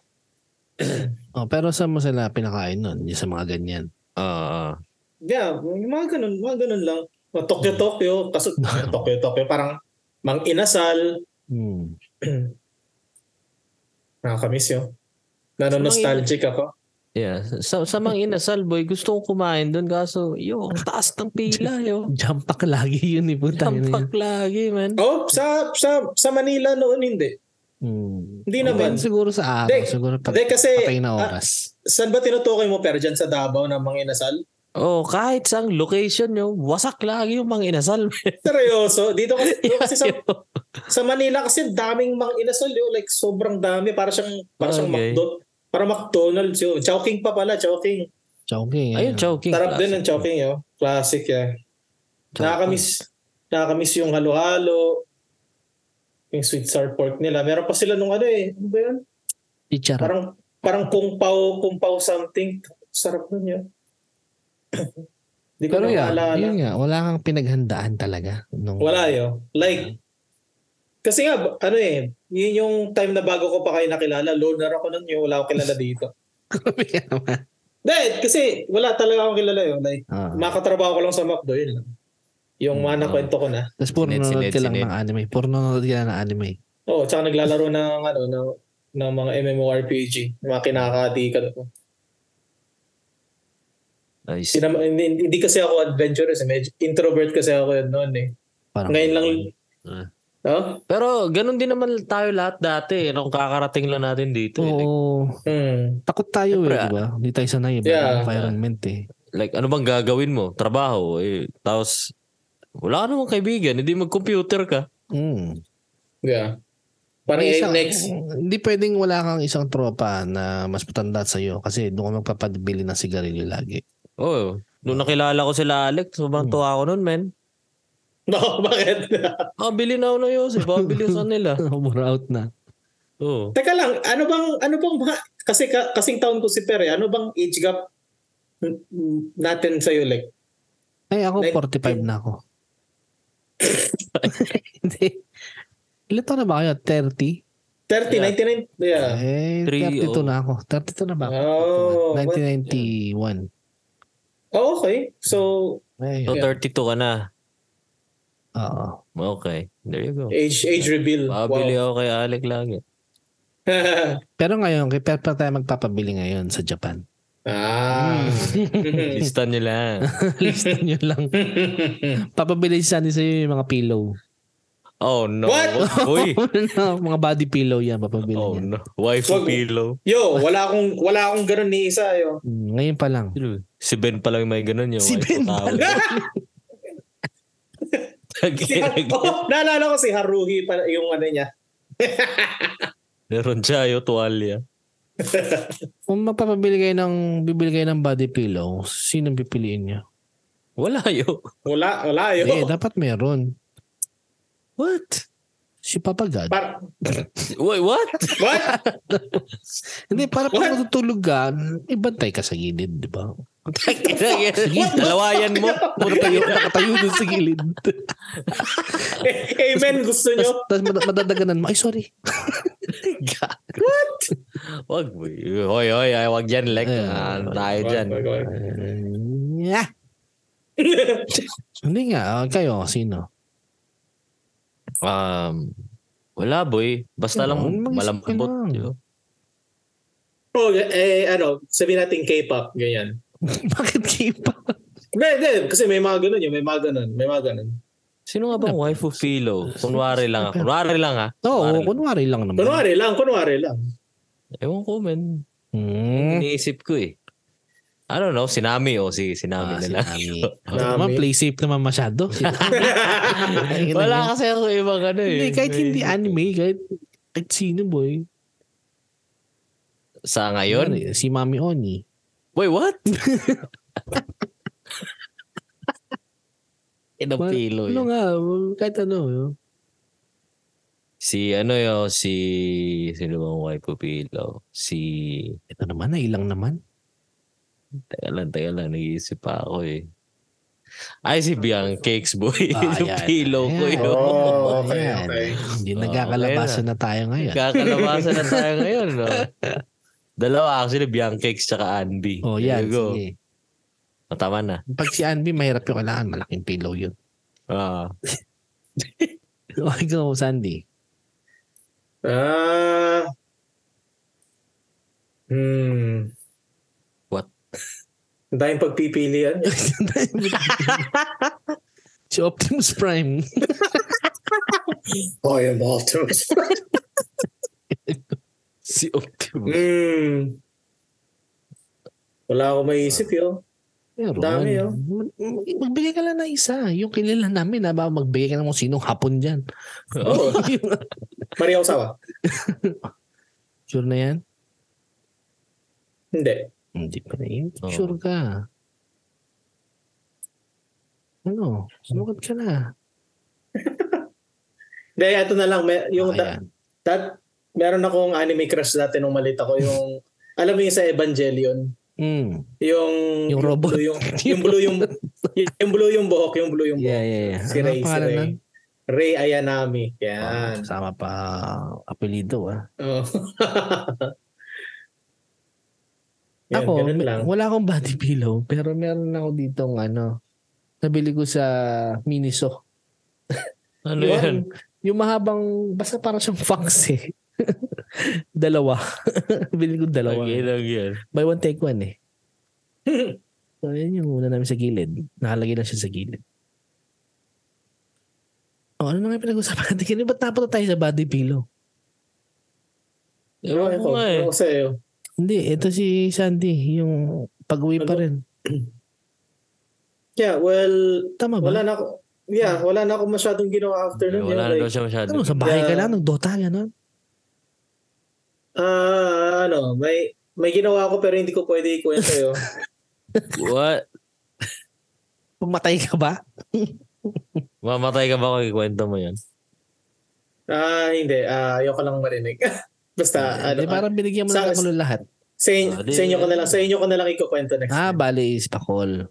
Speaker 2: Oh, pero saan mo sila pinakain nun? Yung sa mga ganyan.
Speaker 3: Ah, ah.
Speaker 1: Yeah, yung mga ganun, mga ganun lang. Mga Tokyo-Tokyo, kaso Tokyo-Tokyo, parang mang inasal,
Speaker 2: Hmm.
Speaker 1: nakakamiss yun. Nanonostalgic ako.
Speaker 3: Yeah. Sa, sa mga inasal, boy, gusto ko kumain doon. Kaso, yo, ang taas ng pila, yo.
Speaker 2: Jump pack lagi yun eh. Puta yun.
Speaker 3: Tampak lagi, man.
Speaker 1: Oh, sa sa sa Manila noon hindi.
Speaker 2: Hmm.
Speaker 1: Hindi naman.
Speaker 2: Depende siguro sa araw.
Speaker 1: Ano Hindi.
Speaker 2: siguro pag
Speaker 1: Hindi kasi
Speaker 2: patay na
Speaker 1: ah,
Speaker 2: oras.
Speaker 1: saan ba tinutukoy mo pero dyan sa Davao ng mga inasal?
Speaker 3: Oh, kahit saang location, yo, wasak lagi yung mga inasal. man.
Speaker 1: Seryoso, dito kasi, dito kasi sa,
Speaker 3: Yo.
Speaker 1: sa Manila kasi daming mga inasal yo, like sobrang dami para siyang para siyang
Speaker 3: Okay.
Speaker 1: McDo, para McDonald's yo. Chowking pa pala, Chowking.
Speaker 2: Choking.
Speaker 3: Ayun, choking.
Speaker 1: Sarap din
Speaker 3: classic.
Speaker 1: ng Chowking yo. Classic yeah.
Speaker 3: Choking.
Speaker 1: Nakakamiss. Nakakamiss yung halo-halo. Yung sweet sour pork nila. Meron pa sila nung ano eh. Ano ba yun?
Speaker 2: Chichara.
Speaker 1: Parang, parang kung pao, kung pao something. Sarap nun yun. Hindi ko
Speaker 2: Pero
Speaker 1: na
Speaker 2: yan,
Speaker 1: maalala.
Speaker 2: yun nga, wala kang pinaghandaan talaga. Nung,
Speaker 1: Wala yun. Like, kasi nga, ano eh, yun yung time na bago ko pa kayo nakilala, loner ako nun yun, wala akong kilala dito.
Speaker 2: Grabe ka naman.
Speaker 1: Dahil, kasi wala talaga akong kilala yun. Like,
Speaker 2: Ah.
Speaker 1: makatrabaho ko lang sa McDo, yun lang. Yung
Speaker 3: Mm,
Speaker 1: mga nakwento ko na.
Speaker 2: Tapos puro
Speaker 3: Sinet,
Speaker 2: nanonood
Speaker 3: sinet,
Speaker 2: ka lang
Speaker 3: sinet.
Speaker 2: ng anime. Puro nanonood ka lang ng anime.
Speaker 1: Oo, oh, tsaka naglalaro ng ano ng, ng mga MMORPG, yung mga kinakadikan ko.
Speaker 3: Nice.
Speaker 1: Sinam- hindi, hindi kasi ako adventurous, eh. medyo introvert kasi ako yun noon eh.
Speaker 2: Parang,
Speaker 1: Ngayon lang
Speaker 3: Ah.
Speaker 1: No?
Speaker 3: Pero ganun din naman tayo lahat dati. eh, Nung kakarating lang natin dito. eh. Like,
Speaker 2: Oo.
Speaker 1: Hmm.
Speaker 2: Takot tayo eh,
Speaker 3: Siyempre,
Speaker 2: di ba? Hindi tayo sanay. Iba
Speaker 1: Yeah.
Speaker 2: yung environment eh.
Speaker 3: like, ano bang gagawin mo? Trabaho. Eh, tapos, wala ka namang kaibigan. Hindi mag-computer ka.
Speaker 2: Mm.
Speaker 1: Yeah. Parang eh,
Speaker 2: May isang-
Speaker 1: next.
Speaker 2: Hindi pwedeng wala kang isang tropa na mas matanda sa iyo kasi doon ka magpapabili ng sigarilyo lagi.
Speaker 3: Oo. Nung nakilala ko sila Alex, sobrang
Speaker 2: Hmm.
Speaker 3: tuwa ko nun, men.
Speaker 1: No, bakit?
Speaker 3: Ah, bili na ako ng Yosef. Ah, bili sa nila.
Speaker 2: Mura out na.
Speaker 3: Oo.
Speaker 1: Teka lang, ano bang ano bang ma- kasi ka, kasing taon ko si Pere, ano bang age gap n- n- natin sa like?
Speaker 2: Ay, ako
Speaker 1: Like- eh.
Speaker 2: 45 na ako. Hindi. Ilan taon na ba kayo?
Speaker 1: 30,
Speaker 2: 30?
Speaker 1: 99? Yeah.
Speaker 2: Eh,
Speaker 3: Three,
Speaker 2: 32
Speaker 3: oo.
Speaker 2: na ako. 32 na ba ako?
Speaker 1: Oh,
Speaker 2: 1991.
Speaker 1: Oh, okay. So,
Speaker 2: Ay,
Speaker 3: So,
Speaker 1: Yeah.
Speaker 3: 32 ka na.
Speaker 2: oo.
Speaker 3: Okay. There you go.
Speaker 1: age age reveal.
Speaker 3: Pabili ako kay Alec lagi.
Speaker 1: Wow.
Speaker 2: Pero ngayon, prepare pa tayo magpapabili ngayon sa Japan.
Speaker 1: Ah.
Speaker 3: Lista nyo lang.
Speaker 2: Listan nyo lang.
Speaker 1: Hmm.
Speaker 2: Papabili si Sunny sa'yo yung mga pillow.
Speaker 3: Oh no.
Speaker 1: What?
Speaker 3: Uy.
Speaker 2: mga body pillow yan, papabili
Speaker 3: Oh
Speaker 2: niya.
Speaker 3: no. Wife
Speaker 1: Wag-
Speaker 3: pillow.
Speaker 1: yo, wala akong wala akong ganun ni isa yo.
Speaker 2: Mm, Ngayon pa lang.
Speaker 3: Si Ben pa lang yung may ganun yung
Speaker 2: Si
Speaker 3: wife
Speaker 2: Ben
Speaker 3: tao.
Speaker 1: si Har-
Speaker 3: Tagi-tagi.
Speaker 1: oh, naalala ko si Haruhi pa yung ano niya.
Speaker 3: Meron siya yung tuwalya.
Speaker 2: Kung mapapabili kayo ng, bibili kayo ng body pillow, sino ang pipiliin niya?
Speaker 3: Wala yun.
Speaker 1: Wala, wala yo.
Speaker 2: Eh, dapat meron.
Speaker 3: What?
Speaker 2: Si Papa God.
Speaker 1: Par-
Speaker 3: Wait, what?
Speaker 1: what?
Speaker 2: Hindi, para pag
Speaker 1: What?
Speaker 2: matutulog ka, ibantay ka sa gilid, di ba?
Speaker 1: What the
Speaker 3: Dalawayan mo.
Speaker 2: Nakatayo, nakatayo dun sa gilid.
Speaker 1: Amen gusto
Speaker 2: Tapos
Speaker 1: nyo?
Speaker 2: tas mad- madadaganan mo, ay sorry.
Speaker 3: What? Wag. Hoy, hoy. ay, Wag yan, Lek.
Speaker 2: Ayan.
Speaker 3: Ah, Tayo dyan.
Speaker 1: Wag, wag, wag.
Speaker 2: Mm, yeah. Hindi nga, ah, kayo, sino?
Speaker 3: Um, wala, boy. Basta
Speaker 2: Yun,
Speaker 3: lang
Speaker 2: mag-isip ka
Speaker 3: malambot.
Speaker 2: lang.
Speaker 3: yun.
Speaker 1: Oh, eh, ano, sabihin natin K-pop, ganyan.
Speaker 2: Bakit K-pop?
Speaker 1: Hindi, hindi, kasi may mga ganun yun, may mga ganun, may mga ganun.
Speaker 3: Sino nga bang waifu pillow? Kunwari lang. ah. Kunwari lang ah.
Speaker 2: Oo,
Speaker 3: Kunwari lang.
Speaker 2: kunwari lang naman.
Speaker 1: Kunwari lang, kunwari lang.
Speaker 3: Ewan ko, man.
Speaker 2: Hmm.
Speaker 3: Iniisip ko eh. I don't know. oh, Sinami. O, sige. Sinami
Speaker 2: Ah,
Speaker 3: na
Speaker 2: si
Speaker 3: lang.
Speaker 2: Nami.
Speaker 1: Nami.
Speaker 2: Oo, naman, play safe naman masyado. Si Nami. Ay,
Speaker 3: Wala kasi ako ibang ano eh.
Speaker 2: Hindi, kahit hindi anime, kahit, kahit sino boy.
Speaker 3: Sa ngayon?
Speaker 2: Kunwari, Si Mami Oni.
Speaker 3: Wait, what? In
Speaker 2: Well,
Speaker 3: pillow.
Speaker 2: Ano
Speaker 3: Oh, yun.
Speaker 2: nga, kahit ano. yun.
Speaker 3: Si ano yun, si... Sino bang waifu pillow? Si...
Speaker 2: Ito naman, na ilang naman.
Speaker 3: Teka lang, teka lang. Nag-iisip pa ako eh. Ay, si Biang Cakes Boy.
Speaker 2: Ah,
Speaker 3: yung
Speaker 2: ayan.
Speaker 3: pillow ko
Speaker 2: Ayan.
Speaker 3: yun.
Speaker 1: Oh, okay,
Speaker 2: Ayan.
Speaker 1: okay.
Speaker 2: Hindi
Speaker 3: Oo,
Speaker 2: nagkakalabasan na tayo ngayon.
Speaker 3: Kakalabasan na tayo ngayon, no? Dalawa actually, Biang Cakes tsaka Andy.
Speaker 2: Oh,
Speaker 3: There
Speaker 2: yan.
Speaker 3: you go.
Speaker 2: Sige.
Speaker 3: O, tama na.
Speaker 2: Pag si Anvi, mahirap yung kailangan. Malaking pillow yun.
Speaker 3: Ah.
Speaker 2: O, ikaw, Sandy.
Speaker 1: Ah. Hmm.
Speaker 3: What?
Speaker 1: Ang daming pagpipilian.
Speaker 2: si Optimus Prime.
Speaker 1: I am Optimus.
Speaker 3: si Optimus.
Speaker 1: hmm. Wala akong maisip yun.
Speaker 2: Meron.
Speaker 1: Dami, oh.
Speaker 2: Mag- ano, mag- Magbigay ka lang na isa. Yung kilala namin, ha? Baka magbigay ka ng kung sinong hapon dyan.
Speaker 1: Oh, Maria Osawa?
Speaker 2: sure na yan?
Speaker 1: Hindi.
Speaker 2: Hindi pa rin.
Speaker 3: Oo.
Speaker 2: Sure ka. Ano? Sumukat ka na.
Speaker 1: Hindi, ito na lang. May, yung
Speaker 2: Ah,
Speaker 1: da-
Speaker 2: yan.
Speaker 1: dat, meron akong anime crush dati nung malit ako. Yung, alam mo yung sa Evangelion?
Speaker 2: Mm.
Speaker 1: Yung,
Speaker 2: Yung robot.
Speaker 1: blue, yung, yung blue yung, yung blue yung buhok. Yung blue yung buhok.
Speaker 2: Yeah, yeah, yeah.
Speaker 1: Si
Speaker 2: Ano ang
Speaker 1: Ray, si
Speaker 2: pangalan
Speaker 1: Ray.
Speaker 2: nun?
Speaker 1: Ray Ayanami.
Speaker 2: Oh,
Speaker 1: Yan.
Speaker 2: sama pa apelido ah.
Speaker 1: Oh. Yan,
Speaker 2: Ako,
Speaker 1: ganun
Speaker 2: may-
Speaker 1: lang.
Speaker 2: wala akong body pillow, pero meron ako dito ano, nabili ko sa Miniso.
Speaker 3: Ano
Speaker 2: Yung-
Speaker 3: yan?
Speaker 2: Yung mahabang, basta parang siyang fangs eh. dalawa. Bili ko dalawa.
Speaker 3: Ang ilang yan.
Speaker 2: Buy one, take one eh. So, yun yung una namin sa gilid. Nakalagay lang siya sa gilid. O, ano na nga pinag-usapan natin kanina? Ba't napunta tayo sa body pillow?
Speaker 3: Ewan ko nga eh.
Speaker 1: Ewan ko sa'yo.
Speaker 2: Hindi, ito si Sandy, yung pag-uwi
Speaker 1: Ano?
Speaker 2: pa rin.
Speaker 1: Yeah, well,
Speaker 2: Tama Ano ba?
Speaker 1: wala na ako. Yeah, wala na ako masyadong ginawa after nun.
Speaker 3: Wala na
Speaker 1: yeah,
Speaker 3: daw
Speaker 1: like,
Speaker 3: siya masyado.
Speaker 2: Ano, sa bahay ka
Speaker 1: Yeah.
Speaker 2: lang, nagdota, gano'n?
Speaker 1: ah, ano, may may ginawa ako pero hindi ko pwede ikwento sa'yo.
Speaker 3: What?
Speaker 2: Pumatay ka ba?
Speaker 3: Mamatay ka ba kung ikwento mo yan?
Speaker 1: Ah, hindi. Ah, ayoko lang marinig. Basta, ano,
Speaker 2: Hindi, parang binigyan mo
Speaker 1: sa-
Speaker 2: na ako ng lahat.
Speaker 1: sa, in-
Speaker 3: Ah, di-
Speaker 1: sa inyo ko na lang, sa inyo ko na lang ikukwento next time.
Speaker 2: Ah, bale, is pakol.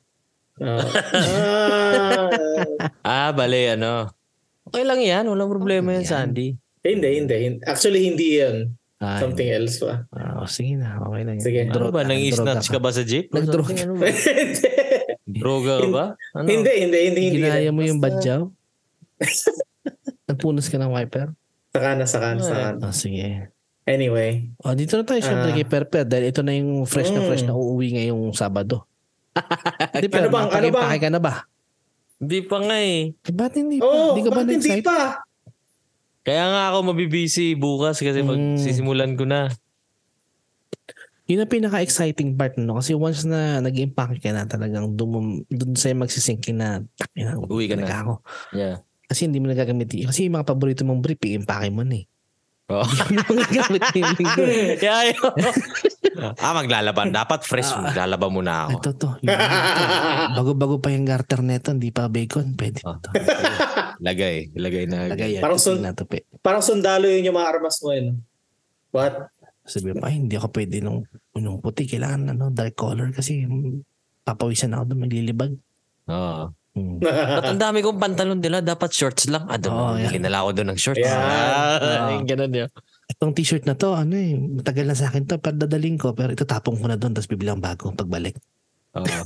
Speaker 1: Ah, ah,
Speaker 3: Ah, bale, ano? Okay lang yan. Walang problema
Speaker 2: Okay
Speaker 3: yan,
Speaker 2: yan.
Speaker 3: Sandy.
Speaker 1: hindi, hindi, hindi. Actually, hindi yun.
Speaker 2: Ah,
Speaker 1: Something else pa.
Speaker 2: ah, oh, sige na, okay na. yun.
Speaker 1: Sige.
Speaker 3: Ano
Speaker 2: Nag-draw
Speaker 3: ba?
Speaker 2: ka,
Speaker 3: Nang
Speaker 2: nag-draw
Speaker 3: snatch ka ba sa jeep? Or
Speaker 2: Nag-draw
Speaker 3: something?
Speaker 2: ka.
Speaker 3: Ano ba?
Speaker 1: hindi,
Speaker 3: Droga ka ba? Ano?
Speaker 1: hindi, hindi, hindi, hindi.
Speaker 2: Ginaya mo yung
Speaker 1: Basta-
Speaker 2: badyaw? Nagpunas ka ng wiper?
Speaker 1: Saka na, saka na, saka na.
Speaker 2: Ah, sige.
Speaker 1: Anyway,
Speaker 2: O, dito na tayo syempre
Speaker 1: Ah.
Speaker 2: kay Perper dahil ito na yung fresh na
Speaker 1: Mm.
Speaker 2: fresh na uuwi ngayong Sabado.
Speaker 1: Ano
Speaker 2: Hindi, pero
Speaker 1: bang- ano bang-
Speaker 2: napakipake ka na ba?
Speaker 3: Hindi pa nga eh.
Speaker 2: Eh, ba't hindi pa?
Speaker 1: oh,
Speaker 2: hindi ka ba
Speaker 1: bakit hindi
Speaker 2: na-excite?
Speaker 1: pa?
Speaker 3: Kaya nga ako mabibisi bukas kasi
Speaker 2: Mm.
Speaker 3: magsisimulan ko na.
Speaker 2: Yun ang pinaka-exciting part no? Kasi once na nag-impake ka na talagang dum- dun sa'yo magsisinkin na takin na
Speaker 3: Uwi ka na.
Speaker 2: ako.
Speaker 3: Yeah.
Speaker 2: Kasi hindi mo nagagamit yun. Kasi yung mga paborito mong brief, i-impake mo na eh.
Speaker 3: Oo.
Speaker 2: Hindi mo nagagamit yung linggo.
Speaker 3: Kaya yun. ah, maglalaban. Dapat fresh.
Speaker 2: Ah.
Speaker 3: Maglalaban muna ako.
Speaker 2: Ito to. yun. Bago-bago pa yung garter neto, hindi pa bacon. Pwede
Speaker 3: Ah.
Speaker 2: to.
Speaker 3: Lagay. Lagay na.
Speaker 2: Lagay yan.
Speaker 1: Parang sun-
Speaker 2: Na to, pe.
Speaker 1: Parang sundalo yun yung mga armas mo yun. What?
Speaker 2: Sabi pa, "Ay, hindi ako pwede nung, nung puti. Kailangan ano, dark color kasi mm, papawisan ako doon, maglilibag.
Speaker 3: Oo.
Speaker 2: Hmm.
Speaker 3: At ang dami kong pantalon nila, dapat shorts lang. Ano,
Speaker 2: Oo,
Speaker 3: oh,
Speaker 2: yeah.
Speaker 3: kinala ko doon ng shorts.
Speaker 1: Yeah.
Speaker 3: Ah,
Speaker 2: Oo.
Speaker 3: ganun yun.
Speaker 2: Itong t-shirt na to, ano eh, matagal na sa akin to, pero dadaling ko, pero ito tapong ko na doon, tapos bibilang bago pagbalik.
Speaker 3: Oo.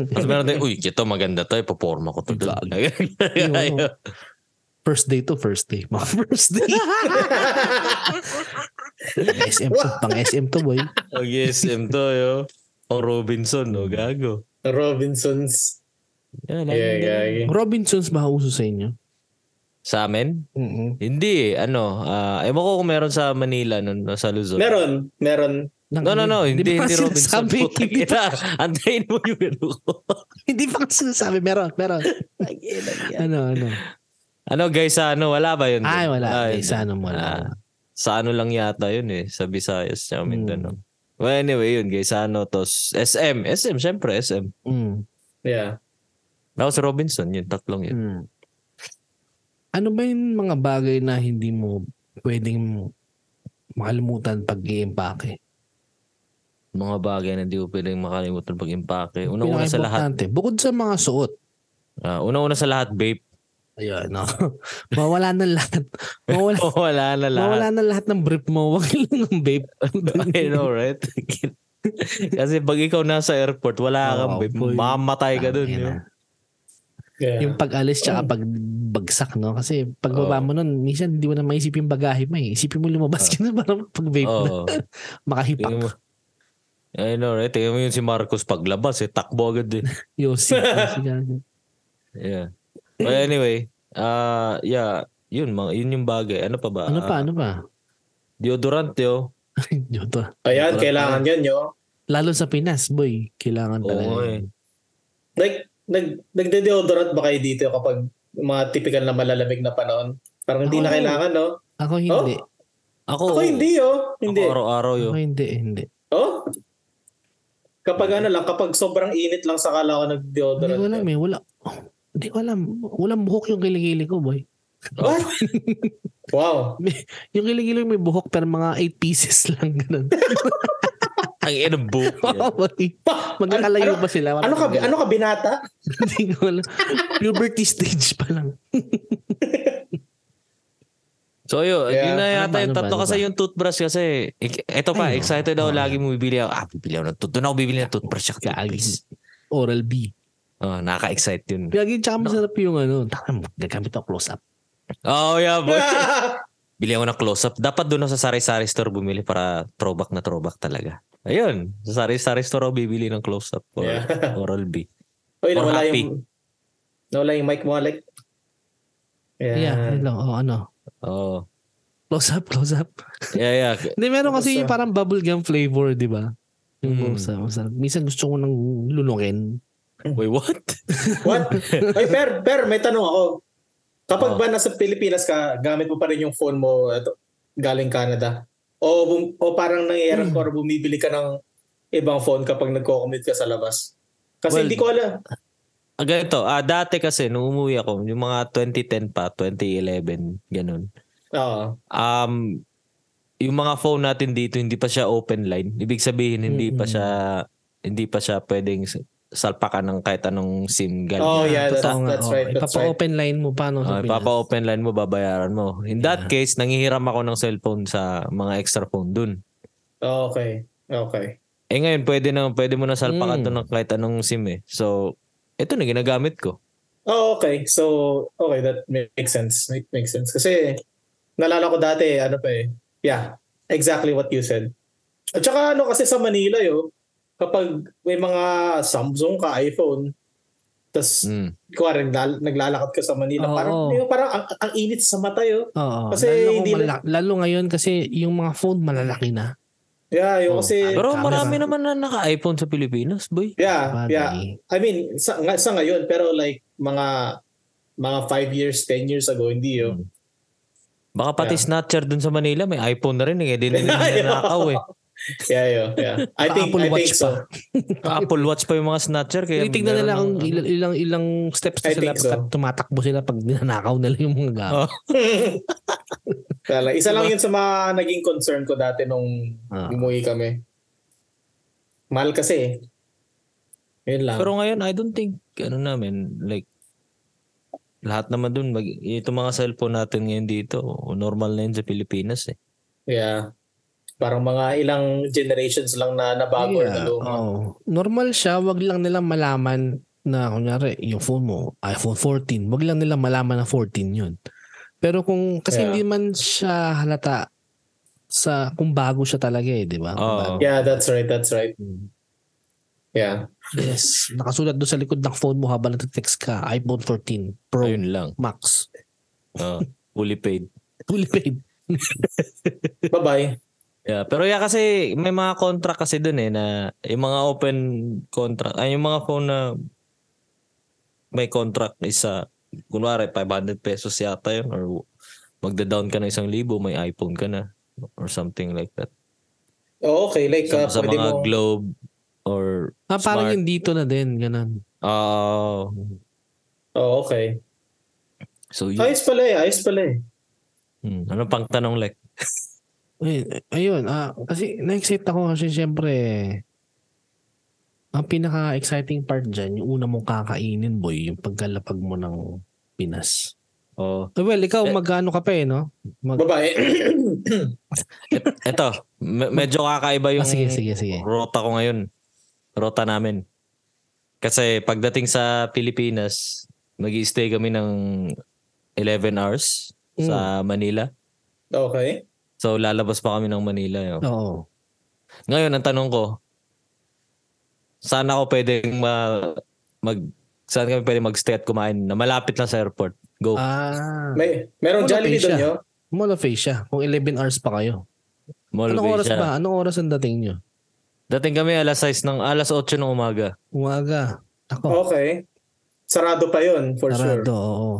Speaker 3: Tapos meron tayong, uy, ito maganda to. Ipaporma ko to. doon."
Speaker 2: Ayun. First day to first day. Mga first day. SM to. Pang SM to, boy.
Speaker 3: Ang SM E to, yo. O Robinson, no? Gago.
Speaker 1: Robinsons.
Speaker 3: Yan,
Speaker 1: Yeah,
Speaker 3: ang-
Speaker 1: yeah, yeah.
Speaker 2: Robinsons ba uso sa inyo?
Speaker 3: Sa amin?
Speaker 2: mm
Speaker 3: Hindi, eh. ano. Uh, ewan ko kung meron sa Manila, nun, no, sa Luzon.
Speaker 1: Meron, meron.
Speaker 3: No,
Speaker 2: ano
Speaker 3: no, no. Hindi, hindi Robinson.
Speaker 2: Sabi,
Speaker 3: Putang
Speaker 2: hindi,
Speaker 3: ina. Antayin mo yung ano ko.
Speaker 2: hindi pa kasi sinasabi. Meron, meron. ano, ano.
Speaker 3: Ano, guys, sa ano? Wala ba yun?
Speaker 2: Ay, wala. Ay,
Speaker 3: Ay,
Speaker 2: sa ano mo
Speaker 3: Ah.
Speaker 2: na.
Speaker 3: sa ano lang yata yun eh, sa Visayas siya
Speaker 2: Mm.
Speaker 3: Mindanao. Well, anyway, yun guys, ano tos SM, SM syempre SM.
Speaker 2: Mm,
Speaker 1: Yeah.
Speaker 3: Ako sa Robinson, yun tatlong yun.
Speaker 2: mm. Ano ba yung mga bagay na hindi mo pwedeng makalimutan pag i-impake?
Speaker 3: Mga bagay na hindi ko pwedeng makalimutan pag impake. Una-una Ano sa lahat,
Speaker 2: Pinaka-importante, Bukod sa mga suot.
Speaker 3: ah, una-una sa lahat vape.
Speaker 2: Ayun, no. Mawala na lahat. Mawala,
Speaker 3: Oh, Wala na
Speaker 2: mawala
Speaker 3: lahat.
Speaker 2: na lahat ng brief mo. Huwag lang ng vape.
Speaker 3: I know, right? Kasi pag ikaw nasa airport, wala kang
Speaker 2: Oo,
Speaker 3: vape.
Speaker 2: boy.
Speaker 3: Mamatay ka dun.
Speaker 2: Ayun
Speaker 3: yun.
Speaker 2: na.
Speaker 1: Yeah. Oh.
Speaker 2: Yung pag-alis tsaka pag bagsak, no? Kasi pagbaba
Speaker 3: Oo.
Speaker 2: mo nun, minsan hindi mo na maisip yung bagahe mo eh. Isipin mo
Speaker 1: Oh.
Speaker 2: lumabas ka na para pag-vape na.
Speaker 3: Oo.
Speaker 2: Makahipak.
Speaker 3: Tingnan mo. I know, right? Tingnan mo yun si Marcos paglabas eh. Takbo agad eh.
Speaker 2: Yossi. Yossi ka.
Speaker 3: Yeah. But anyway, uh, yeah, yun, mga, yun yung bagay. Ano pa ba?
Speaker 2: Ano pa,
Speaker 3: Ah,
Speaker 2: ano pa?
Speaker 3: deodorant, yo.
Speaker 2: Yoto.
Speaker 1: Ayan,
Speaker 3: Wala
Speaker 1: kailangan yun, yo.
Speaker 2: Lalo sa Pinas, boy. Kailangan talaga.
Speaker 3: Oo, eh.
Speaker 1: Like, nag, nagde-deodorant ba kayo dito kapag mga typical na malalamig na panahon? Parang hindi na
Speaker 2: Ako-
Speaker 1: kailangan, no?
Speaker 2: Ako hindi.
Speaker 1: Oh,
Speaker 3: Ako,
Speaker 1: Ako hindi, oh. Hindi.
Speaker 3: Ako araw-araw, yo.
Speaker 2: Ako hindi, hindi.
Speaker 1: Oh? Kapag ano lang, kapag sobrang init lang sa kala ko
Speaker 2: Hindi
Speaker 1: nag-deodorant.
Speaker 2: ko alam eh. Wala. oh, Hindi ko alam. Walang buhok yung kilikili ko, boy.
Speaker 1: What? wow.
Speaker 2: Yung kilikili ko may buhok pero mga 8 pieces lang. Ganun.
Speaker 3: Ang ina book.
Speaker 2: Oo, boy.
Speaker 1: Pa,
Speaker 2: Magkakalayo
Speaker 1: ano,
Speaker 2: pa sila.
Speaker 1: ano, ano ka, ano ka binata?
Speaker 2: Hindi ko alam. Puberty stage pa lang.
Speaker 3: So, yo,
Speaker 1: Yeah.
Speaker 3: yun na
Speaker 2: Ano
Speaker 3: yata
Speaker 2: ba,
Speaker 3: yung
Speaker 2: ano ba,
Speaker 3: tatlo
Speaker 2: ano
Speaker 3: kasi
Speaker 2: ba?
Speaker 3: yung toothbrush kasi. Ik- Ito pa,
Speaker 2: Ay,
Speaker 3: excited
Speaker 2: oo.
Speaker 3: daw lagi mo bibili ako. Ah, bibili ako ng tooth. Doon ako bibili ng toothbrush. Ako,
Speaker 2: Gagi.
Speaker 3: please.
Speaker 2: Oral B.
Speaker 3: Oh, nakaka-excite yun.
Speaker 2: Gagi, tsaka masarap yung ano. Taka, gagamit ako close-up.
Speaker 3: Oh, yeah, boy. Bili ako ng close-up. Dapat doon ako sa sari-sari store bumili para throwback na throwback talaga. Ayun, sa sari-sari store ako bibili ng close-up or
Speaker 1: Yeah.
Speaker 3: Oral B.
Speaker 1: Uy,
Speaker 3: Or
Speaker 1: nawala
Speaker 3: happy.
Speaker 1: yung, nawala yung mic mo, Alec. Yeah.
Speaker 2: Yeah, hello. Oh, ano.
Speaker 3: Oh.
Speaker 2: Close-up, close-up.
Speaker 3: Yeah, yeah.
Speaker 2: Hindi, meron kasi
Speaker 1: Close-up.
Speaker 2: yung parang bubblegum flavor, di ba? Yung
Speaker 1: Mm-hmm.
Speaker 3: Mm.
Speaker 2: close-up. Masarap. Minsan gusto ko nang lunukin.
Speaker 3: Wait, what?
Speaker 1: What? Ay, per, per, may tanong ako. Kapag
Speaker 3: Oh.
Speaker 1: ba nasa Pilipinas ka, gamit mo pa rin yung phone mo eto, galing Canada? O, bum- o parang
Speaker 3: Hmm.
Speaker 1: nangyayarap ko or bumibili ka ng ibang phone kapag nagko-commute ka sa labas? Kasi
Speaker 3: Well,
Speaker 1: hindi ko alam.
Speaker 3: Ah, ganito. Ah, dati kasi, nung umuwi ako, yung mga 2010 pa, 2011, ganun.
Speaker 1: Oo.
Speaker 3: Um, yung mga phone natin dito, hindi pa siya open line. Ibig sabihin, hindi pa
Speaker 2: Mm-mm.
Speaker 3: siya, hindi pa siya pwedeng s- salpakan ng kahit anong SIM galing.
Speaker 1: Oh, yeah,
Speaker 2: Totoo
Speaker 1: that's,
Speaker 2: nga,
Speaker 1: that's
Speaker 2: oh.
Speaker 1: right. That's right.
Speaker 2: Ipapa-open line mo paano
Speaker 3: Ah,
Speaker 2: sa Pinas.
Speaker 3: papa-open line mo, babayaran mo. In that case, nangihiram ako ng cellphone sa mga extra phone dun.
Speaker 1: Oh, okay. Okay.
Speaker 3: Eh ngayon, pwede, na, pwede mo na
Speaker 2: Mm.
Speaker 3: salpakan to ng kahit anong SIM eh. So, ito na ginagamit ko.
Speaker 1: Oh, okay. So, okay, that makes sense. Make, makes sense. Kasi, nalala ko dati, ano pa eh. Yeah. Exactly what you said. At saka ano kasi sa Manila yo, kapag may mga Samsung ka, iPhone, tas
Speaker 3: Mm.
Speaker 1: kuwari nagla- naglalakad ka sa Manila,
Speaker 2: Oo.
Speaker 1: parang yung parang ang, ang init sa mata yo.
Speaker 2: Oo.
Speaker 1: Kasi
Speaker 2: lalo, kung
Speaker 1: hindi na-
Speaker 2: malala- lalo ngayon kasi yung mga phone malalaki na.
Speaker 1: Yeah, yung
Speaker 2: Oo.
Speaker 1: kasi
Speaker 3: ah, Pero
Speaker 2: Tama
Speaker 3: marami
Speaker 2: ba?
Speaker 3: naman na naka-iPhone sa Pilipinas, boy.
Speaker 1: yeah,
Speaker 2: Bagay.
Speaker 1: Ah, yeah. I mean, sa, nga- sa ngayon pero like mga mga 5 years, 10 years ago, hindi yo.
Speaker 3: Baka pati
Speaker 1: Yeah.
Speaker 3: snatcher dun sa Manila, may iPhone na rin eh. Hindi nila ninanakaw eh.
Speaker 1: Yeah, yo, yeah. I think
Speaker 2: Apple
Speaker 1: I think
Speaker 2: Watch
Speaker 1: so.
Speaker 2: pa.
Speaker 3: Apple Watch pa yung mga snatcher. Kaya
Speaker 2: Tinitignan
Speaker 3: meron
Speaker 2: nila kung
Speaker 3: ng-
Speaker 2: ilang, ilang, ilang steps na
Speaker 1: I
Speaker 2: sila
Speaker 1: think
Speaker 2: pagka tumatakbo sila pag ninanakaw nila yung mga gamit.
Speaker 3: Oo.
Speaker 1: Talaga. Isa lang yun sa mga naging concern ko dati nung
Speaker 2: Ah.
Speaker 1: umuwi kami. Mahal kasi eh. Yun lang.
Speaker 3: Pero ngayon, I don't think, ano namin, like, lahat naman dun, mag, itong mga cellphone natin ngayon dito, normal na yun sa Pilipinas eh.
Speaker 1: yeah. Parang mga ilang generations lang na nabago or na
Speaker 2: Ah.
Speaker 1: luma.
Speaker 2: Oo. oh. Normal siya, wag lang nila malaman na kunyari yung phone mo, iPhone 14, wag lang nila malaman na 14 yun. Pero kung,
Speaker 1: Yeah.
Speaker 2: kasi hindi man siya halata sa kung bago siya talaga eh, di ba? Kung
Speaker 3: Oo.
Speaker 2: bago.
Speaker 1: Yeah, that's right, that's right. Yeah.
Speaker 2: Yes, nakasulat doon sa likod ng phone mo habang nag-text ka, iPhone 14 Pro
Speaker 3: Ayun lang.
Speaker 2: Max.
Speaker 3: Oo. fully paid.
Speaker 2: Fully paid.
Speaker 1: Bye-bye.
Speaker 3: Yeah, pero yeah kasi may mga contract kasi dun eh na yung mga open contract, ay yung mga phone na may contract isa kunwari 500 pesos yata yun or magda-down ka na isang libo may iPhone ka na or something like that.
Speaker 1: Oh, okay, like uh,
Speaker 3: Sa, sa
Speaker 1: pwede
Speaker 3: mga
Speaker 1: mo...
Speaker 3: Globe or
Speaker 2: Ah, parang
Speaker 3: Smart.
Speaker 2: yung dito na din, ganun.
Speaker 3: ah
Speaker 1: Oh, okay.
Speaker 3: so yun.
Speaker 1: Ayos pala eh, ayos pala eh.
Speaker 3: Hmm, ano pang tanong like?
Speaker 2: Ay- Ayun, ah, kasi na-excite ako kasi syempre, ang pinaka-exciting part dyan, yung una mong kakainin, boy, yung pagkalapag mo ng Pinas.
Speaker 3: Oh,
Speaker 2: Eh, Well, ikaw,
Speaker 3: Eh.
Speaker 2: magkano ka pa eh, no? Mag-
Speaker 1: Babae.
Speaker 3: eto, me- medyo kakaiba yung
Speaker 2: ah, sige, sige, sige.
Speaker 3: rota ko ngayon. Rota namin. Kasi pagdating sa Pilipinas, mag stay kami ng 11 hours
Speaker 2: Mm.
Speaker 3: sa Manila.
Speaker 1: okay.
Speaker 3: So lalabas pa kami ng Manila. yo.
Speaker 2: Oo.
Speaker 3: Ngayon, ang tanong ko, saan ako pwedeng ma- mag saan kami pwedeng mag-stay at kumain na malapit lang sa airport? Go.
Speaker 2: Ah,
Speaker 1: May, merong
Speaker 2: Wala
Speaker 1: Jollibee
Speaker 2: pa
Speaker 1: doon
Speaker 2: siya.
Speaker 1: yo.
Speaker 2: mall of Asia, kung 11 hours pa kayo.
Speaker 3: Mall
Speaker 2: Anong
Speaker 3: of
Speaker 2: oras
Speaker 3: Asia.
Speaker 2: ba? Anong oras ang dating nyo?
Speaker 3: Dating kami alas 6 ng alas 8 ng umaga.
Speaker 2: Umaga.
Speaker 3: Oh,
Speaker 2: Ako,
Speaker 1: Okay. Sarado pa yun, for sure.
Speaker 2: sarado, oo.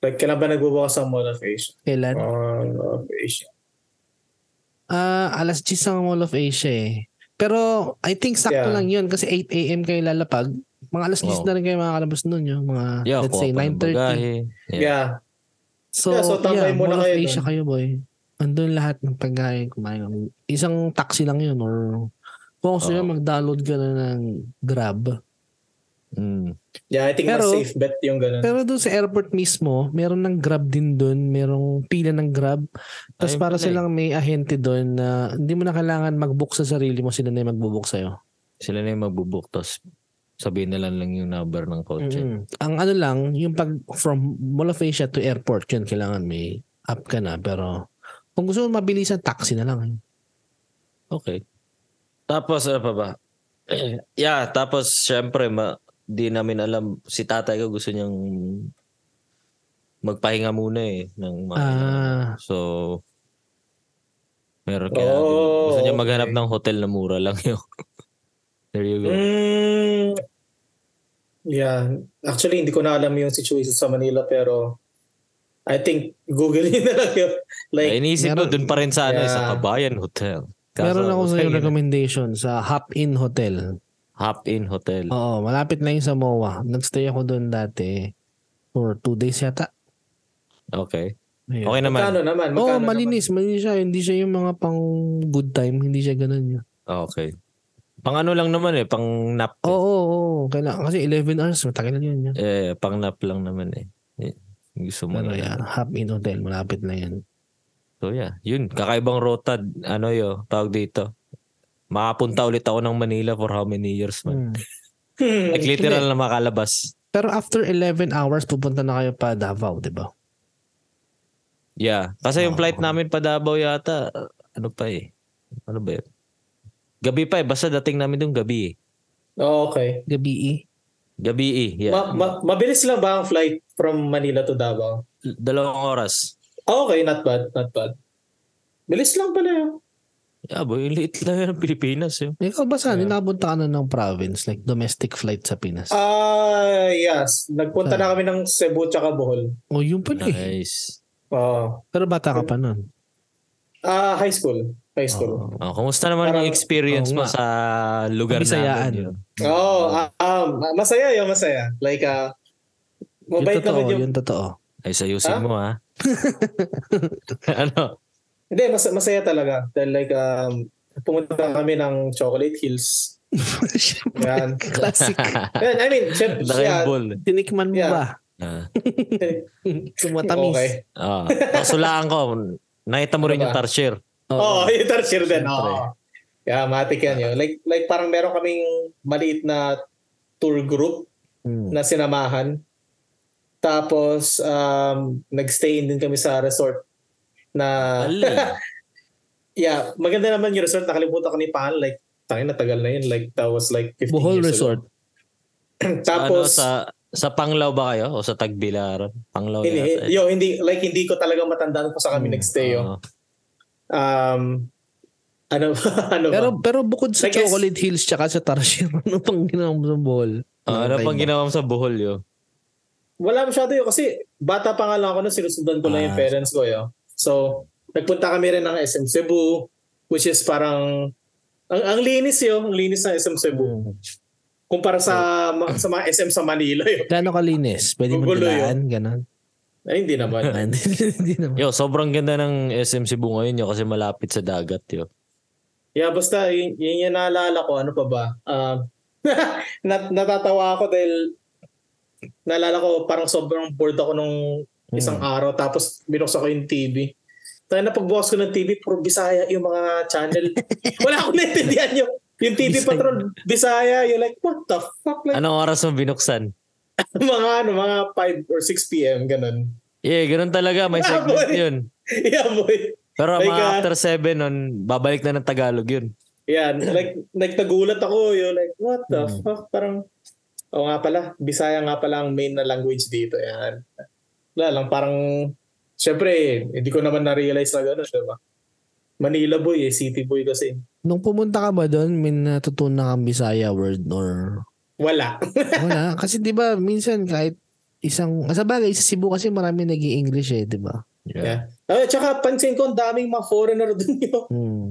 Speaker 1: Like, kailan ba nagbubukas ang Mall of Asia?
Speaker 2: Kailan?
Speaker 1: Mall of Asia.
Speaker 2: Ah, alas 10 ang Mall of Asia eh. Pero I think
Speaker 1: Yeah.
Speaker 2: sakto lang yun kasi 8 a.m. kayo lalapag. Mga alas 10
Speaker 3: Oo.
Speaker 2: na rin kayo makakalabas nun yung mga
Speaker 3: Yeah,
Speaker 2: Ah, let's say 9.30.
Speaker 3: 9.30.
Speaker 1: Yeah.
Speaker 3: Yeah.
Speaker 2: So,
Speaker 1: Yeah,
Speaker 2: yeah,
Speaker 1: so tambay muna
Speaker 2: Mall of
Speaker 1: kayo dun.
Speaker 2: Asia kayo boy. Andun lahat ng pagkain kumain. Isang taxi lang yun or kung gusto nyo
Speaker 3: Oo.
Speaker 2: mag-download ka na ng Grab.
Speaker 3: Mm.
Speaker 1: Yeah, I think mas
Speaker 2: Pero-
Speaker 1: safe bet yung ganun.
Speaker 2: Pero doon sa airport mismo, meron ng Grab din doon, merong pila ng Grab. Tapos
Speaker 3: Ayun
Speaker 2: para
Speaker 3: pala eh.
Speaker 2: silang may ahente doon na hindi mo na kailangan mag-book sa sarili mo, sila na yung mag-book sa'yo.
Speaker 3: sila na yung magbubuk tapos sabihin na lang, lang yung number ng kotse.
Speaker 2: Mm-mm. Ang ano lang, yung pag from Mall of Asia to airport, yun kailangan may app ka na. Pero kung gusto mo mabilisan, taxi na lang.
Speaker 3: Okay. Tapos ano pa ba? yeah, tapos syempre ma, di namin alam si tatay ko gusto niyang magpahinga muna eh ng mga
Speaker 2: Ah,
Speaker 3: so meron
Speaker 1: Oh,
Speaker 3: kaya gusto
Speaker 1: okay.
Speaker 2: Oh,
Speaker 3: niya maghanap ng hotel na mura lang yun. There you go.
Speaker 1: Mm, yeah. Actually, hindi ko na alam yung situation sa Manila pero I think Google yun na lang yun. Like,
Speaker 3: Ay, iniisip ko
Speaker 2: meron-
Speaker 3: dun pa rin sa ano, eh, sa
Speaker 1: Yeah.
Speaker 3: Kabayan Hotel.
Speaker 2: meron ako sa
Speaker 3: hotel,
Speaker 2: recommendation sa Hop In Hotel.
Speaker 3: Hop-in Hotel.
Speaker 2: Oo, malapit lang yung sa MOA. Nagstay ako doon dati for two days yata.
Speaker 3: Okay.
Speaker 2: Ayun.
Speaker 3: Okay naman.
Speaker 1: magkano naman?
Speaker 2: Oo,
Speaker 1: Magkano
Speaker 2: malinis. Malinis siya. Hindi siya yung mga pang good time. Hindi siya ganun.
Speaker 3: Okay. Pang ano lang naman eh, pang nap.
Speaker 1: Oh.
Speaker 2: Oo, oo, oo. Kailangan. Kasi 11 hours, matagal na yun. yun.
Speaker 3: Eh, pang nap lang naman eh. Eh, Gusto mo
Speaker 2: Ano
Speaker 3: na
Speaker 2: yan?
Speaker 3: yan.
Speaker 2: Hop in hotel. Malapit na yan.
Speaker 3: So yeah, yun. Kakaibang rota, ano yo, tawag dito. Makapunta ulit ako ng Manila for how many years
Speaker 2: Hmm.
Speaker 3: man.
Speaker 1: naman? Hmm.
Speaker 3: Like literal na makalabas.
Speaker 2: Pero after 11 hours, pupunta na kayo pa Davao, di ba?
Speaker 3: Yeah. Kasi
Speaker 2: Oo.
Speaker 3: yung
Speaker 1: Oh.
Speaker 3: flight namin pa Davao yata, ano pa eh. Ano ba yun? Gabi pa eh. Basta dating namin doon gabi eh.
Speaker 1: Oh, okay.
Speaker 2: Gabi eh.
Speaker 3: Gabi eh. Yeah.
Speaker 1: Ma- ma- mabilis lang ba ang flight from Manila to Davao?
Speaker 3: Dalawang oras.
Speaker 1: Oh, okay, not bad, not bad. Bilis lang pala yun.
Speaker 3: Yeah, boy. Liit lang yan ang Pilipinas. Eh.
Speaker 2: Ikaw ba saan? Nakapunta ka na ng province, like domestic flight sa Pinas.
Speaker 1: Ah, yes. Nagpunta
Speaker 3: Ah.
Speaker 1: na kami ng Cebu tsaka Bohol.
Speaker 2: oh, yun pala eh.
Speaker 3: Nice.
Speaker 1: Oo.
Speaker 2: Pero bata ka pa nun.
Speaker 1: Ah, high school. High school.
Speaker 2: Oh.
Speaker 3: Oh, kumusta naman
Speaker 1: Parang-
Speaker 3: yung experience
Speaker 2: Oo nga.
Speaker 3: mo
Speaker 2: ano?
Speaker 3: sa lugar
Speaker 2: Kabisayaan.
Speaker 3: namin? Yun?
Speaker 1: Oh, ah, ah, masaya yun, masaya. Like, ah,
Speaker 2: Yun
Speaker 1: mabait
Speaker 2: totoo,
Speaker 1: naman yung...
Speaker 2: yun totoo.
Speaker 3: Ay, sayusin
Speaker 1: Ha?
Speaker 3: mo ha. ano?
Speaker 1: Hindi, mas, masaya talaga. Dahil like, um, pumunta kami ng Chocolate Hills. Yan.
Speaker 2: Classic.
Speaker 1: Yan, I mean, syempre,
Speaker 3: Laki ng
Speaker 1: yeah,
Speaker 3: ball.
Speaker 2: Tinikman mo
Speaker 1: Yeah.
Speaker 2: ba?
Speaker 3: Ah.
Speaker 2: Tumatamis.
Speaker 1: okay.
Speaker 3: Ah. Kasulaan ko. Nakita mo
Speaker 1: Ano
Speaker 3: rin
Speaker 1: ba?
Speaker 3: yung tarsier.
Speaker 1: Oo, oh, yung tertiary din.
Speaker 3: Siyempre.
Speaker 1: Oo. Yeah, matik yan yun. Like, like parang meron kaming maliit na tour group
Speaker 2: Hmm.
Speaker 1: na sinamahan. Tapos, um, nag-stay din kami sa resort na...
Speaker 3: Alay.
Speaker 1: yeah, maganda naman yung resort. Nakalimutan ko ni Pan. Like, tangin na tagal na yun. Like, that was like 15
Speaker 2: Bohol
Speaker 1: years
Speaker 2: Resort.
Speaker 1: ago.
Speaker 3: ano,
Speaker 1: Tapos,
Speaker 3: sa, sa Panglao ba kayo? O sa Tagbilaran? Panglao
Speaker 1: hindi,
Speaker 3: yata. Ah.
Speaker 1: yo, hindi, like, hindi ko talaga matandaan kung sa
Speaker 2: Mm,
Speaker 1: kami nag-stay.
Speaker 2: ah.
Speaker 1: yo.
Speaker 3: Oo.
Speaker 1: Um, ano, ano ba?
Speaker 2: Pero pero bukod sa
Speaker 1: Like, yes.
Speaker 2: Chocolate Hills tsaka sa Tarsier, ano pang ginawa mo sa Bohol?
Speaker 3: Ah, ano pang ginawa mo sa Bohol yo?
Speaker 1: Wala masyado yun kasi bata pa nga lang ako nun, sinusundan ko lang yung
Speaker 2: Ah.
Speaker 1: parents ko yun. So, nagpunta kami rin ng SM Cebu, which is parang, ang, ang linis yun, ang linis ng SM Cebu. Kumpara sa,
Speaker 2: Mm.
Speaker 1: ma- sa mga SM sa Manila yun.
Speaker 2: Gano'ng kalinis? Pwede mo
Speaker 1: Gugulo yun.
Speaker 2: dilaan? Ganon?
Speaker 1: Ay, hindi naman.
Speaker 2: Ah, Hindi hindi naman.
Speaker 3: Yo, sobrang ganda ng SM Cebu ngayon yo kasi malapit sa dagat yo.
Speaker 1: Yeah, basta yun, yun yung naalala ko. Ano pa ba? Um, nat- natatawa ako dahil naalala ko parang sobrang bored ako nung isang araw tapos binuksan ko yung TV. Tayo na pagbukas ko ng TV, puro Bisaya yung mga channel. Wala akong naintindihan yung, yung TV
Speaker 2: Bisaya.
Speaker 1: Patrol Bisaya. You're like, what the fuck? Like,
Speaker 3: Anong oras mo binuksan?
Speaker 1: mga ano, mga 5 or 6 p.m. ganun.
Speaker 3: Yeah, ganun talaga. May
Speaker 1: Ah,
Speaker 3: segment
Speaker 1: boy.
Speaker 3: yun.
Speaker 1: Yeah, boy.
Speaker 3: Pero
Speaker 1: Like,
Speaker 3: mga
Speaker 1: ah,
Speaker 3: after 7 nun, babalik na ng Tagalog yun.
Speaker 1: Yan, like, like nagulat ako, yun, like, what the
Speaker 2: Mm.
Speaker 1: fuck, parang, o nga pala, Bisaya nga pala ang main na language dito, yan. Wala lang, parang, syempre, hindi ko naman na-realize na gano'n, diba? Manila boy eh, city boy kasi.
Speaker 2: Nung pumunta ka ba doon, may natutunan kang Bisaya word or
Speaker 1: Wala.
Speaker 2: Wala. Kasi di ba minsan kahit isang, ah, sa bagay, sa Cebu kasi marami nag english eh, di ba?
Speaker 1: Yeah. Ah, tsaka, pansin ko, ang daming mga foreigner dun yun.
Speaker 2: Hmm.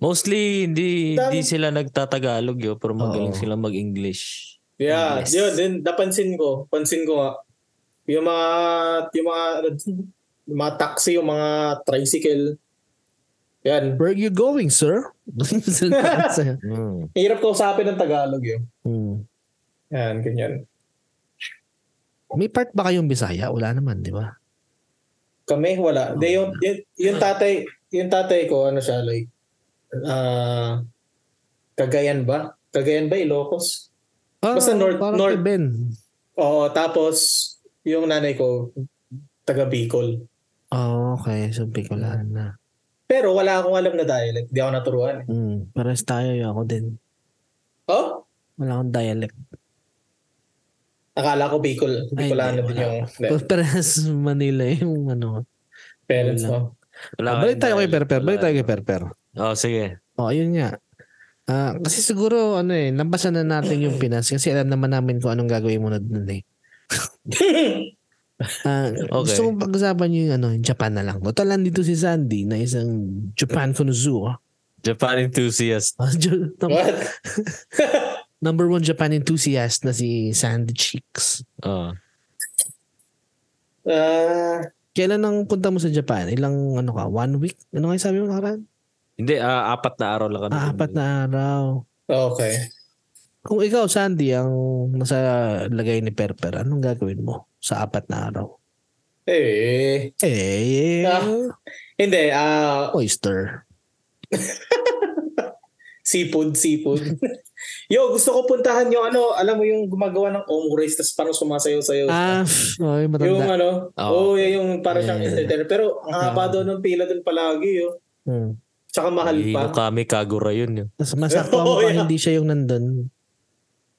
Speaker 3: Mostly, hindi,
Speaker 1: Dami.
Speaker 3: hindi sila nagtatagalog yo, pero magaling
Speaker 2: Oo.
Speaker 3: sila mag-English.
Speaker 1: Yeah,
Speaker 2: Yes.
Speaker 1: yun, din, napansin ko, pansin ko nga, yung mga, yung mga, ano dun, yung mga taxi, yung mga tricycle, yan.
Speaker 2: Where you going, sir? Sila-
Speaker 3: Mm.
Speaker 1: Hirap kausapin ng Tagalog yun.
Speaker 2: Hmm.
Speaker 1: Yan, ganyan.
Speaker 2: May part ba kayong Bisaya? Wala naman, di ba?
Speaker 1: Kami, wala. De, yung, yung, yung tatay, yung tatay ko, ano siya, like, ah, Cagayan ba? Cagayan ba, Ilocos?
Speaker 2: Ah,
Speaker 1: Basta North-
Speaker 2: parang
Speaker 1: North-
Speaker 2: kay Ben.
Speaker 1: Oo, tapos, yung nanay ko, taga Bicol.
Speaker 2: Oh, okay. So, Bicolan na.
Speaker 1: Pero wala akong alam na dialect. Di ako naturuan. eh.
Speaker 2: Hmm. Pares tayo, yung ako din.
Speaker 1: Oh?
Speaker 2: Wala akong dialect.
Speaker 1: Akala ko Bicol.
Speaker 2: Ay,
Speaker 1: Bicolano
Speaker 2: hindi,
Speaker 1: din
Speaker 2: wala.
Speaker 1: yung
Speaker 2: Pero Pares Manila eh, yung ano.
Speaker 1: parents
Speaker 2: wala.
Speaker 1: mo.
Speaker 3: Wala
Speaker 2: Ah, balik
Speaker 3: kayong
Speaker 2: tayo kay
Speaker 3: dialect,
Speaker 2: Perper.
Speaker 3: wala
Speaker 2: Balik tayo kay
Speaker 3: kayong-
Speaker 2: Perper.
Speaker 3: Oh, sige.
Speaker 2: Oh, yun nga. Ah, kasi siguro ano eh, lampasan na natin yung Pinas kasi alam naman namin kung anong gagawin muna doon eh. Ah,
Speaker 3: Okay.
Speaker 2: Gusto kong pag-usapan yung ano, yung Japan na lang. Total nandito si Sandy na isang Japan Konosuba.
Speaker 3: Japan enthusiast.
Speaker 2: Ah, Ju- ah. num-
Speaker 1: What?
Speaker 2: number one Japan enthusiast na si Sandy Cheeks.
Speaker 3: Oh.
Speaker 1: Ah,
Speaker 2: Kailan ang punta mo sa Japan? Ilang ano ka? One week? Ano nga yung sabi mo nakaraan?
Speaker 3: Hindi, ah, apat na araw lang. kami.
Speaker 2: Ah, apat na araw.
Speaker 1: okay.
Speaker 2: Kung ikaw, Sandy, ang nasa lagay ni Perper, anong gagawin mo sa apat na araw?
Speaker 1: Eh,
Speaker 2: Eh,
Speaker 1: Ah. hindi. Ah,
Speaker 2: oyster.
Speaker 1: Seafood, seafood. Yo, gusto ko puntahan yung ano, alam mo yung gumagawa ng omurice tapos parang sumasayaw-sayaw.
Speaker 2: Ah, pff, okay,
Speaker 1: yung
Speaker 2: matanda.
Speaker 1: ano,
Speaker 3: Oo.
Speaker 1: oh, yung parang siyang
Speaker 2: Yeah.
Speaker 1: entertainer. Pero ang haba
Speaker 2: Ah.
Speaker 1: daw ng pila dun palagi, yo.
Speaker 2: Hmm.
Speaker 1: Tsaka mahal
Speaker 3: Hindi
Speaker 1: pa.
Speaker 3: ko kami kagura yun. yun.
Speaker 2: Mas masakto
Speaker 1: Oo,
Speaker 2: ako kung
Speaker 1: yeah.
Speaker 2: hindi siya yung nandun.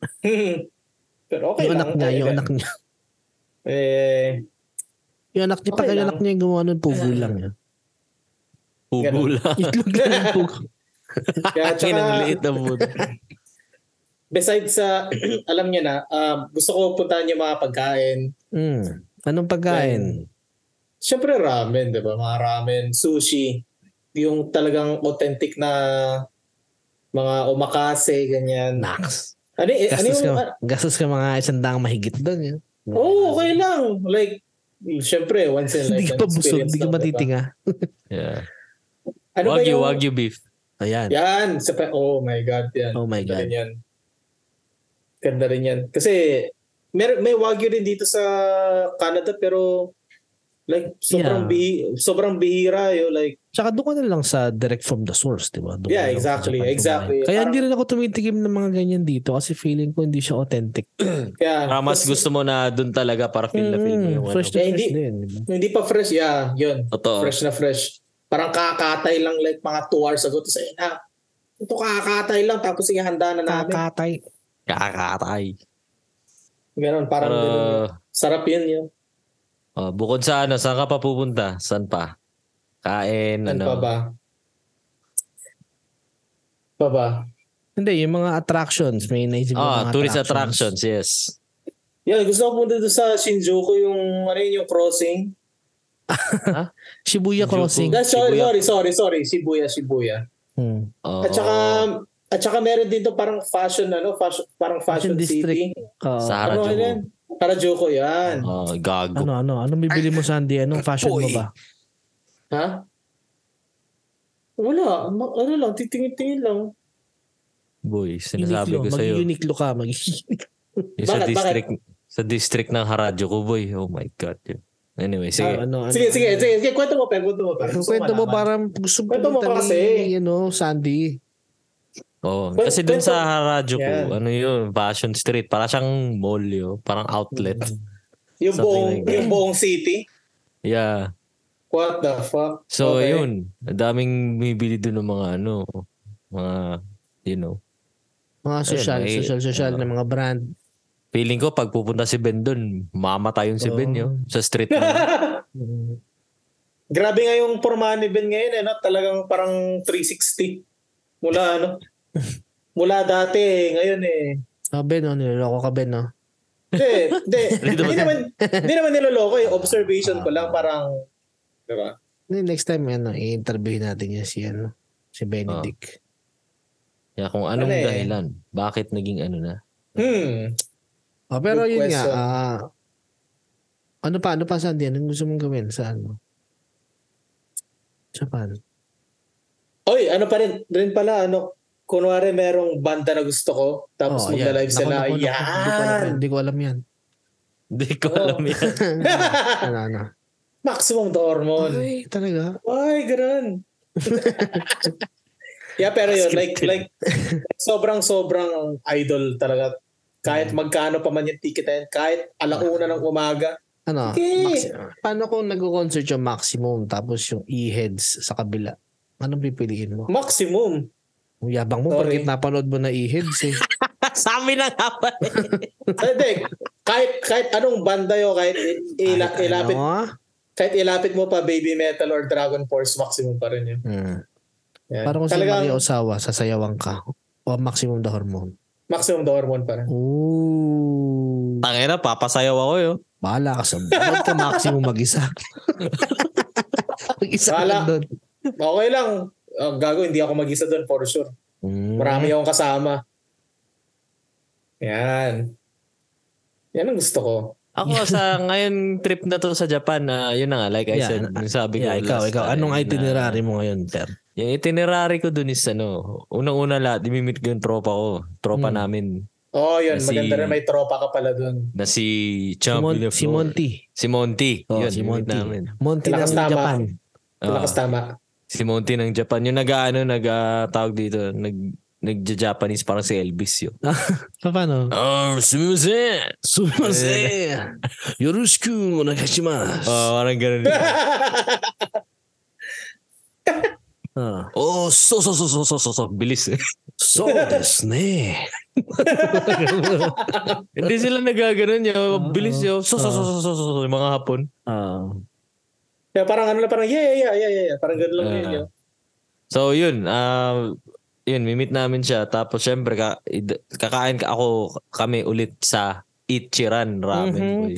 Speaker 1: Pero okay
Speaker 2: yung
Speaker 1: lang.
Speaker 2: anak niya, yung
Speaker 1: Eh,
Speaker 2: anak niya.
Speaker 1: Eh,
Speaker 2: Yung anak niya,
Speaker 1: Okay
Speaker 2: pag yung
Speaker 1: lang.
Speaker 2: anak niya yung gumawa nun, pugo lang yun.
Speaker 1: Ganun.
Speaker 3: Pugo lang.
Speaker 2: Itlog lang yung pugo.
Speaker 1: kaya
Speaker 3: Ang
Speaker 1: tsaka,
Speaker 3: liit na buto.
Speaker 1: besides sa, alam niya na, um, gusto ko puntahan yung mga pagkain.
Speaker 2: Mm. Anong pagkain?
Speaker 1: Siyempre ramen, di ba? Mga ramen, sushi. Yung talagang authentic na mga omakase, ganyan.
Speaker 2: Nax.
Speaker 1: Ano, eh, ano
Speaker 2: Gastos
Speaker 1: yung,
Speaker 2: ka, gastos ka mga isang daang mahigit doon. Yun.
Speaker 1: Oo, oh, okay lang. Like, syempre, once in a
Speaker 2: Hindi ka
Speaker 1: lifetime
Speaker 2: pa busog,
Speaker 1: experience
Speaker 2: hindi ka
Speaker 1: lang, diba?
Speaker 2: matitinga.
Speaker 3: Yeah.
Speaker 1: Ano ba
Speaker 3: wagyu,
Speaker 1: yung...
Speaker 3: wagyu beef.
Speaker 2: Ayan.
Speaker 1: Yan. Sa, pa- oh my God, yan.
Speaker 2: Oh my
Speaker 1: Ganda
Speaker 2: God.
Speaker 1: rin yan. Ganda rin yan. Kasi, may, may wagyu rin dito sa Canada, pero like, sobrang,
Speaker 2: Yeah.
Speaker 1: bihi- sobrang bihira yun. Like,
Speaker 2: Tsaka doon ka na lang sa direct from the source, di ba? Doon
Speaker 1: Yeah,
Speaker 2: ka na lang sa
Speaker 1: exactly,
Speaker 2: Japan,
Speaker 1: exactly.
Speaker 2: kumain. Kaya
Speaker 1: Parang-
Speaker 2: hindi rin ako tumitigim ng mga ganyan dito kasi feeling ko hindi siya authentic.
Speaker 1: yeah.
Speaker 3: Para Ah, mas gusto mo na dun talaga para feel na feel mo yung
Speaker 2: Mm, fresh
Speaker 3: ano.
Speaker 2: na
Speaker 1: Eh,
Speaker 2: fresh
Speaker 1: hindi-
Speaker 2: din. di ba?
Speaker 1: Hindi pa fresh. Yeah, yun.
Speaker 3: Totoo.
Speaker 1: Fresh na fresh. Parang kakatay lang like mga 2 hours ago. Tapos, ayun na. Ito kakatay lang. Tapos, ihanda na namin.
Speaker 2: Kakatay.
Speaker 3: Kakatay.
Speaker 1: Ganon, parang
Speaker 3: Pero,
Speaker 1: ganun yun. Sarap yun yun.
Speaker 3: oh, bukod sa ano, saan ka pa pupunta? Saan pa? Kain,
Speaker 1: Ano
Speaker 3: ano?
Speaker 1: pa ba? Pa ba?
Speaker 2: Hindi, yung mga attractions. May naisip yung
Speaker 3: Ah,
Speaker 2: mga
Speaker 3: tourist attractions, yes.
Speaker 1: Yan, gusto ko punta doon sa Shinjuku, yung, ano yun, yung crossing.
Speaker 2: Shibuya
Speaker 3: Shinjuku.
Speaker 2: Crossing.
Speaker 1: That's, sorry,
Speaker 3: Shibuya.
Speaker 1: sorry, sorry, sorry, Shibuya, Shibuya.
Speaker 2: Hmm.
Speaker 3: Oo.
Speaker 1: At saka, at saka meron dito parang fashion, ano, fashion, parang fashion,
Speaker 2: Fashion district.
Speaker 1: city.
Speaker 2: Ka-
Speaker 3: Sa
Speaker 1: Ano,
Speaker 3: Harajuku.
Speaker 1: ano yan? Harajuku, yan.
Speaker 3: Oh, gago.
Speaker 2: ano, ano? Anong bibili mo, Sandy? Anong fashion mo
Speaker 3: Uy.
Speaker 2: ba?
Speaker 1: Ha? Wala, ma- ano lang, titingin-tingin lang.
Speaker 3: Boy, sinasabi
Speaker 2: Uniqlo.
Speaker 3: ko sa'yo.
Speaker 2: Mag-Uniqlo ka. Mag
Speaker 3: Yung sa
Speaker 1: Bakit, bakit?
Speaker 3: district, sa district ng Harajuku, boy. Oh my God. yun. Anyway, sige.
Speaker 2: ano, ano,
Speaker 1: Sige, sige, sige, sige, kwento mo, Pep, kwento mo, Pep.
Speaker 2: Ang
Speaker 1: Gusto ko
Speaker 2: kwento mo
Speaker 1: malaman.
Speaker 2: parang gusto
Speaker 1: Kwento mo
Speaker 2: pumunta
Speaker 1: kasi.
Speaker 2: ni, ano, Sandy.
Speaker 3: Oh,
Speaker 1: Well,
Speaker 3: kasi dun
Speaker 1: kwento-
Speaker 3: sa Harajuku,
Speaker 1: Yan.
Speaker 3: ano yun, Fashion Street, para siyang mall yun, parang outlet.
Speaker 1: Mm. Yung
Speaker 3: Something
Speaker 1: buong,
Speaker 3: like that.
Speaker 1: yung buong city.
Speaker 3: Yeah.
Speaker 1: What the fuck?
Speaker 3: So,
Speaker 1: Okay.
Speaker 3: yun. Ang daming bumibili dun ng mga ano, mga, you know.
Speaker 2: Mga social,
Speaker 3: may- ano.
Speaker 2: social, social na mga brand.
Speaker 3: Feeling ko, pag pupunta si Ben dun, mamatay yun si
Speaker 2: Oo.
Speaker 3: Ben
Speaker 1: Oh.
Speaker 3: yun, sa street. na yun.
Speaker 2: Mm.
Speaker 1: Grabe nga yung forma ni Ben ngayon, ano? Talagang parang 360. Mula ano? Mula dati, eh, ngayon eh.
Speaker 2: Ah, Ben, oh, niloloko ka, Ben, no?
Speaker 1: Hindi, hindi. Hindi naman, hindi naman niloloko eh. Observation ko lang, parang, di ba?
Speaker 2: Next time, ano, i-interview natin yan si, ano,
Speaker 3: Ah.
Speaker 2: si Benedict.
Speaker 3: Yeah, kung anong
Speaker 1: Ano eh.
Speaker 3: dahilan, bakit naging ano na.
Speaker 1: Hmm.
Speaker 2: Ah, pero
Speaker 1: Good
Speaker 2: yun nga,
Speaker 1: question.
Speaker 2: ah, ano pa, ano pa, Sandy? Anong gusto mong gawin sa, ano? Japan.
Speaker 1: Oy, ano pa rin, rin pala, ano, kunwari merong banda na gusto ko, tapos
Speaker 2: Oh, yan.
Speaker 1: magla-live
Speaker 2: Naku,
Speaker 1: sila.
Speaker 2: naku, naku, Hindi ko alam yan.
Speaker 1: Yan!
Speaker 2: Hindi ko alam yan.
Speaker 3: Hindi ko
Speaker 1: Oo.
Speaker 3: alam yan.
Speaker 2: Ano, ano?
Speaker 1: Maximum Dormon.
Speaker 2: Ay, talaga?
Speaker 1: Ay, ganun. yeah, pero yun, like, like, sobrang sobrang idol talaga.
Speaker 2: Mm.
Speaker 1: Kahit magkano pa man yung ticket na yun, kahit alauna ng umaga.
Speaker 2: Ano?
Speaker 1: Okay.
Speaker 2: maxi- paano kung nagko-concert yung maximum tapos yung e-heads sa kabila? Anong pipiliin mo?
Speaker 1: Maximum.
Speaker 2: Ang Yabang mo,
Speaker 1: Sorry.
Speaker 2: pagkit napanood mo na e-heads eh.
Speaker 3: Sabi na nga pa.
Speaker 1: Hindi, kahit, kahit anong banda yun, kahit i- ila-
Speaker 2: Kahit
Speaker 1: ilapit,
Speaker 2: Ano? ah.
Speaker 1: kahit ilapit mo pa Baby Metal or Dragon Force, maximum pa rin yun.
Speaker 2: Hmm.
Speaker 1: Yan.
Speaker 2: Parang kung
Speaker 1: Talagang
Speaker 2: sa Maria Osawa, sasayawang ka. O maximum the hormone.
Speaker 1: maximum the hormone pa rin.
Speaker 2: Ooh.
Speaker 3: Tangina, papasayaw ako yun.
Speaker 2: Bahala ka sa Huwag ka maximum mag-isa. mag-isa
Speaker 1: Bahala.
Speaker 2: lang doon.
Speaker 1: Okay lang. Ang gago, hindi ako mag-isa doon for sure.
Speaker 2: Mm.
Speaker 1: Marami akong kasama. Yan. Yan ang gusto ko.
Speaker 3: Ako sa ngayon trip na to sa Japan, ah, yun na nga, like I
Speaker 2: Yeah,
Speaker 3: said, yung sabi ko
Speaker 2: Yeah, ikaw,
Speaker 3: last
Speaker 2: ikaw.
Speaker 3: time
Speaker 2: Anong
Speaker 3: na-
Speaker 2: itinerary mo ngayon, Per?
Speaker 3: yung itinerary ko dun is ano, unang-una lahat, imimit ko yung tropa ko,
Speaker 2: Hmm.
Speaker 3: tropa namin,
Speaker 1: Oh, yun.
Speaker 3: Si-
Speaker 1: Maganda rin. May tropa ka pala doon.
Speaker 3: na si
Speaker 2: Si,
Speaker 3: Champ
Speaker 2: Mon-
Speaker 3: Villaflor.
Speaker 2: si Monty.
Speaker 3: Si Monty.
Speaker 2: Oh,
Speaker 3: yun,
Speaker 2: si
Speaker 3: imimit
Speaker 2: Monty.
Speaker 3: namin.
Speaker 2: Monty ng
Speaker 1: Lakas tama.
Speaker 2: Japan.
Speaker 3: Oo.
Speaker 1: Lakas tama.
Speaker 3: si Monty ng Japan. Yung nag-ano, nag-tawag dito, nag, nag-Japanese parang si Elvis yun.
Speaker 2: Paano? Eh.
Speaker 3: Oh, sumusin!
Speaker 2: すみません。よろしくお願いします。
Speaker 3: Oh, parang ganun. yun.
Speaker 2: Ah.
Speaker 3: Oh, so, so, so, so, so, so, so. Bilis eh.
Speaker 2: So, this ne.
Speaker 3: Hindi sila nagaganon yo. Bilis yo. So, so, so, so, so, so, so. Yung mga hapon.
Speaker 2: Ah.
Speaker 1: Kaya parang ano lang, parang yeah, yeah, yeah, yeah, yeah. Parang ganun lang
Speaker 3: Ah.
Speaker 1: yun. yun.
Speaker 3: So, yun. ah yun, mimit namin siya. Tapos, syempre, ka, id- kakain ka ako kami ulit sa Ichiran Ramen.
Speaker 2: Mhm.
Speaker 3: boy.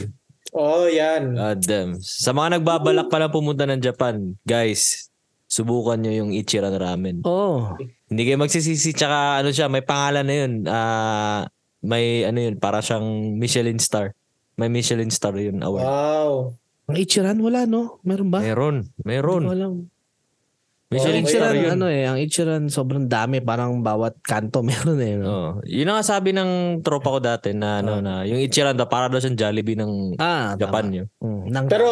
Speaker 1: Oh, yan.
Speaker 3: God damn. Sa mga nagbabalak pa lang pumunta ng Japan, guys, subukan nyo yung Ichiran Ramen.
Speaker 2: Oh.
Speaker 3: Hindi kayo magsisisi. Tsaka, ano siya, may pangalan na yun. Ah, may, ano yun, para siyang Michelin star. May Michelin star yun award.
Speaker 1: Wow.
Speaker 2: Ang Ichiran wala no? Meron ba?
Speaker 3: Meron. Meron.
Speaker 2: Hindi ko alam. Ang
Speaker 1: Oh,
Speaker 3: Michelin star
Speaker 2: Ichiran,
Speaker 3: yun.
Speaker 2: ano eh, ang Ichiran sobrang dami, parang bawat kanto meron eh. No?
Speaker 3: Oo. Oh, Yun ang sabi ng tropa ko dati na ano na yung Ichiran daw para daw siyang Jollibee ng
Speaker 2: Ah,
Speaker 3: Japan
Speaker 2: tama.
Speaker 3: yun.
Speaker 2: Mm, nang-
Speaker 1: Pero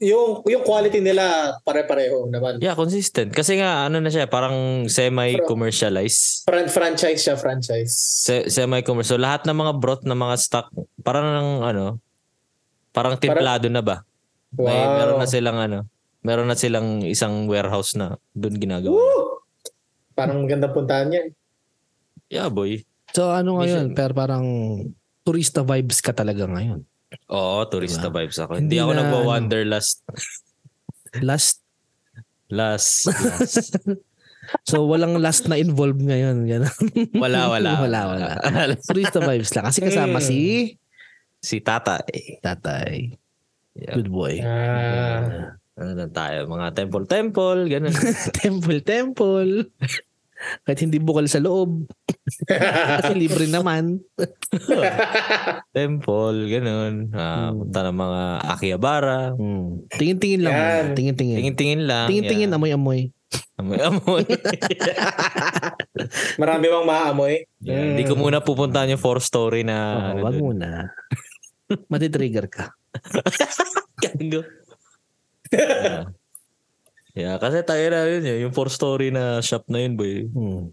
Speaker 1: yung yung quality nila pare-pareho naman.
Speaker 3: Yeah, consistent. Kasi nga ano na siya, parang semi-commercialized.
Speaker 1: Fran- franchise siya, franchise.
Speaker 3: Se- semi-commercial. So, lahat ng mga broth ng mga stock, parang ng ano, parang templado na ba?
Speaker 1: Wow.
Speaker 3: May meron na silang ano, meron na silang isang warehouse na doon ginagawa.
Speaker 1: Woo! Parang ganda puntahan niya. eh.
Speaker 3: Yeah, boy.
Speaker 2: so ano ngayon,
Speaker 3: Mission.
Speaker 2: pero parang turista vibes ka talaga ngayon.
Speaker 3: Oo, turista vibes ako.
Speaker 2: Hindi
Speaker 3: Hindi, ako
Speaker 2: na,
Speaker 3: nagwa-wanderlust.
Speaker 2: Last,
Speaker 3: Last. last.
Speaker 2: so walang last na involved ngayon. Ganun.
Speaker 3: wala, wala.
Speaker 2: Wala,
Speaker 3: wala.
Speaker 2: turista vibes lang. Kasi kasama
Speaker 1: Mm.
Speaker 2: si
Speaker 3: si Tata eh.
Speaker 2: tatay.
Speaker 3: Yeah.
Speaker 2: Good boy.
Speaker 1: Ah.
Speaker 3: Ano lang tayo, mga temple-temple, ganun.
Speaker 2: temple, temple. Kahit hindi bukal sa loob. Kasi libre naman.
Speaker 3: temple, ganun. Ah,
Speaker 2: Hmm.
Speaker 3: punta ng mga Akihabara.
Speaker 2: Mm. Tingin-tingin lang.
Speaker 1: Yan.
Speaker 2: muna. Tingin-tingin.
Speaker 3: Tingin-tingin lang.
Speaker 2: Tingin-tingin,
Speaker 3: yeah.
Speaker 2: amoy-amoy.
Speaker 3: Amoy-amoy.
Speaker 1: Marami bang maamoy?
Speaker 3: Yeah, Hindi ko muna pupuntahan yung four-story na...
Speaker 2: Oo,
Speaker 3: ano
Speaker 2: wag
Speaker 3: dun.
Speaker 2: muna. Matitrigger ka.
Speaker 3: Gago. yeah. yeah, kasi tayo na yun. eh. Yung four-story na shop na yun, boy.
Speaker 2: Hmm.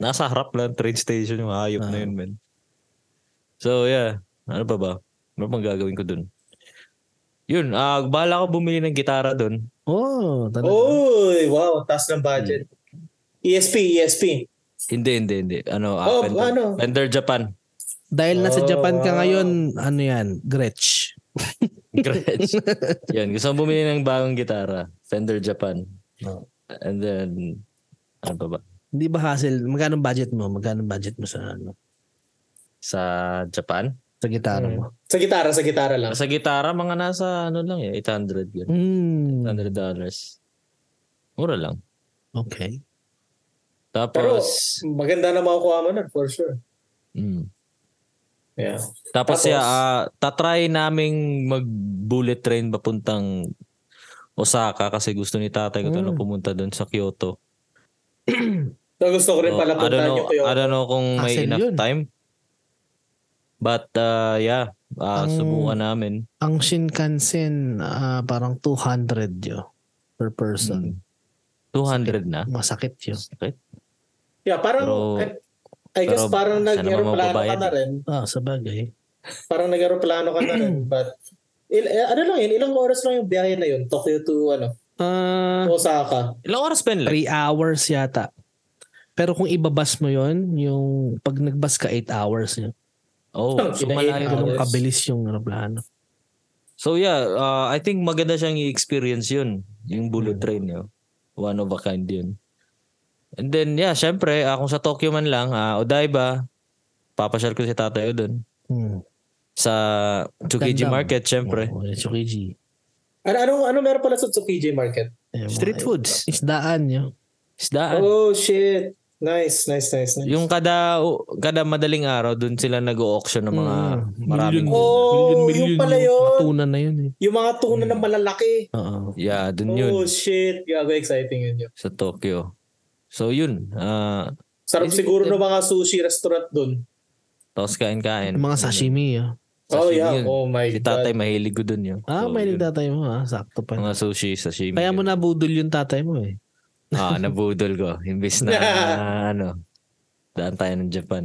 Speaker 3: Nasa harap lang, train station yung hayop na
Speaker 2: Ah.
Speaker 3: yun, man. So, yeah. Ano pa ba? Ano pang gagawin ko dun? Yun, ah bahala ko bumili ng gitara dun.
Speaker 2: Oh, talaga.
Speaker 1: Oy, wow, taas ng budget. ESP, ESP.
Speaker 3: Hindi, hindi, hindi. Ano, ah,
Speaker 1: Oh,
Speaker 3: Fender,
Speaker 1: ano?
Speaker 3: Fender Japan.
Speaker 2: Dahil nasa
Speaker 1: Oh,
Speaker 2: Japan ka
Speaker 1: wow.
Speaker 2: ngayon, ano yan, Gretsch.
Speaker 3: Gretsch. Yun, gusto kong bumili ng bagong gitara. Fender Japan.
Speaker 2: Oh.
Speaker 3: And then, ano pa ba?
Speaker 2: Hindi ba hassle? Magkano ang budget mo? Magkano ang budget mo sa ano?
Speaker 3: Sa Japan?
Speaker 2: Sa gitara
Speaker 1: Mm.
Speaker 2: mo?
Speaker 1: Sa gitara, sa gitara lang.
Speaker 3: Sa gitara, mga nasa, ano lang eh, 800 yun.
Speaker 2: Hmm.
Speaker 3: 800 dollars. Mura lang.
Speaker 2: Okay.
Speaker 1: Pero
Speaker 3: Tapos,
Speaker 1: maganda na makukuha mo nun, for sure.
Speaker 3: mm.
Speaker 1: Yeah.
Speaker 3: Tapos,
Speaker 1: Tapos?
Speaker 3: yeah, ah, tatry naming mag-bullet train papuntang Osaka kasi gusto ni tatay ko
Speaker 2: Mm.
Speaker 3: na pumunta doon sa Kyoto.
Speaker 1: So, gusto ko rin
Speaker 3: So,
Speaker 1: pala
Speaker 3: Oh, I don't
Speaker 1: puntahan
Speaker 3: know,
Speaker 1: yung kayo.
Speaker 3: I don't know kung may
Speaker 2: Hassle
Speaker 3: enough
Speaker 2: yun.
Speaker 3: time. But uh, yeah, uh,
Speaker 2: Ang-
Speaker 3: subukan namin.
Speaker 2: Ang Shinkansen, ah, parang 200 yun per person.
Speaker 3: Mm. 200
Speaker 2: Hmm.
Speaker 3: na.
Speaker 2: Masakit yun.
Speaker 3: Sakit.
Speaker 1: Yeah, parang,
Speaker 3: Pero-
Speaker 1: I, I guess
Speaker 3: pero
Speaker 1: parang
Speaker 3: sana
Speaker 1: nag-aeroplano ka
Speaker 3: mababayad
Speaker 1: na
Speaker 3: eh.
Speaker 1: rin.
Speaker 2: Ah, sa bagay.
Speaker 1: Parang nag-aeroplano ka na rin. But, il, eh, ano lang yun, ilang oras lang yung biyahe na yun. Tokyo to, ano,
Speaker 2: Ah,
Speaker 1: Osaka.
Speaker 3: Ilang oras ba yun? Like,
Speaker 2: 3 hours yata. Pero kung ibabas mo yon yung pag nagbas ka 8 hours yun.
Speaker 3: oh,
Speaker 1: Tang
Speaker 3: so
Speaker 1: ina,
Speaker 3: malayo
Speaker 1: eight
Speaker 3: na.
Speaker 2: Ganun
Speaker 1: hours.
Speaker 2: kabilis yung ano, aeroplano.
Speaker 3: So yeah, uh, I think maganda siyang i-experience yun. Yung bullet
Speaker 1: Hmm.
Speaker 3: train yun. One of a kind yun. And then yeah, syempre, ah, kung sa Tokyo man lang, ah, Odaiba, papasyal ko si tatay doon.
Speaker 2: Hmm.
Speaker 3: Sa Tsukiji
Speaker 2: Ganda. oh.
Speaker 3: Market, syempre.
Speaker 2: Oo, yung Tsukiji.
Speaker 1: Ano, ano, ano meron pala sa Tsukiji Market?
Speaker 2: Ayun, mga
Speaker 3: Street foods.
Speaker 2: Isdaan yun.
Speaker 3: Isdaan.
Speaker 1: Oh, shit. Nice, nice, nice, nice.
Speaker 3: Yung kada kada madaling araw doon sila nag-auction ng mga
Speaker 2: Mm.
Speaker 3: maraming
Speaker 1: Oh,
Speaker 2: Million.
Speaker 1: yung pala yun.
Speaker 2: Tuna na yun eh.
Speaker 1: Yung mga tuna na malalaki.
Speaker 2: Oo.
Speaker 3: Yeah, doon Hmm. yun
Speaker 1: Oh, shit. Gago, exciting yun yun.
Speaker 3: sa Tokyo. So yun, ah
Speaker 1: Sarap
Speaker 3: Is it-
Speaker 1: siguro ng mga sushi restaurant dun.
Speaker 3: tapos kain-kain.
Speaker 2: Yung mga sashimi yun.
Speaker 1: Oh,
Speaker 3: Sashimi
Speaker 1: yeah.
Speaker 3: yun.
Speaker 1: Oh, my
Speaker 3: Si
Speaker 1: God.
Speaker 3: tatay mahilig ko dun yun.
Speaker 2: Ah,
Speaker 3: So,
Speaker 2: may
Speaker 3: yun.
Speaker 2: nagtatay mo ah. Sakto pa.
Speaker 3: Mga sushi, sashimi.
Speaker 2: Kaya mo
Speaker 3: yun.
Speaker 2: nabudol yung tatay mo eh.
Speaker 3: Ah, nabudol ko. Imbis na, ano, daan tayo ng Japan.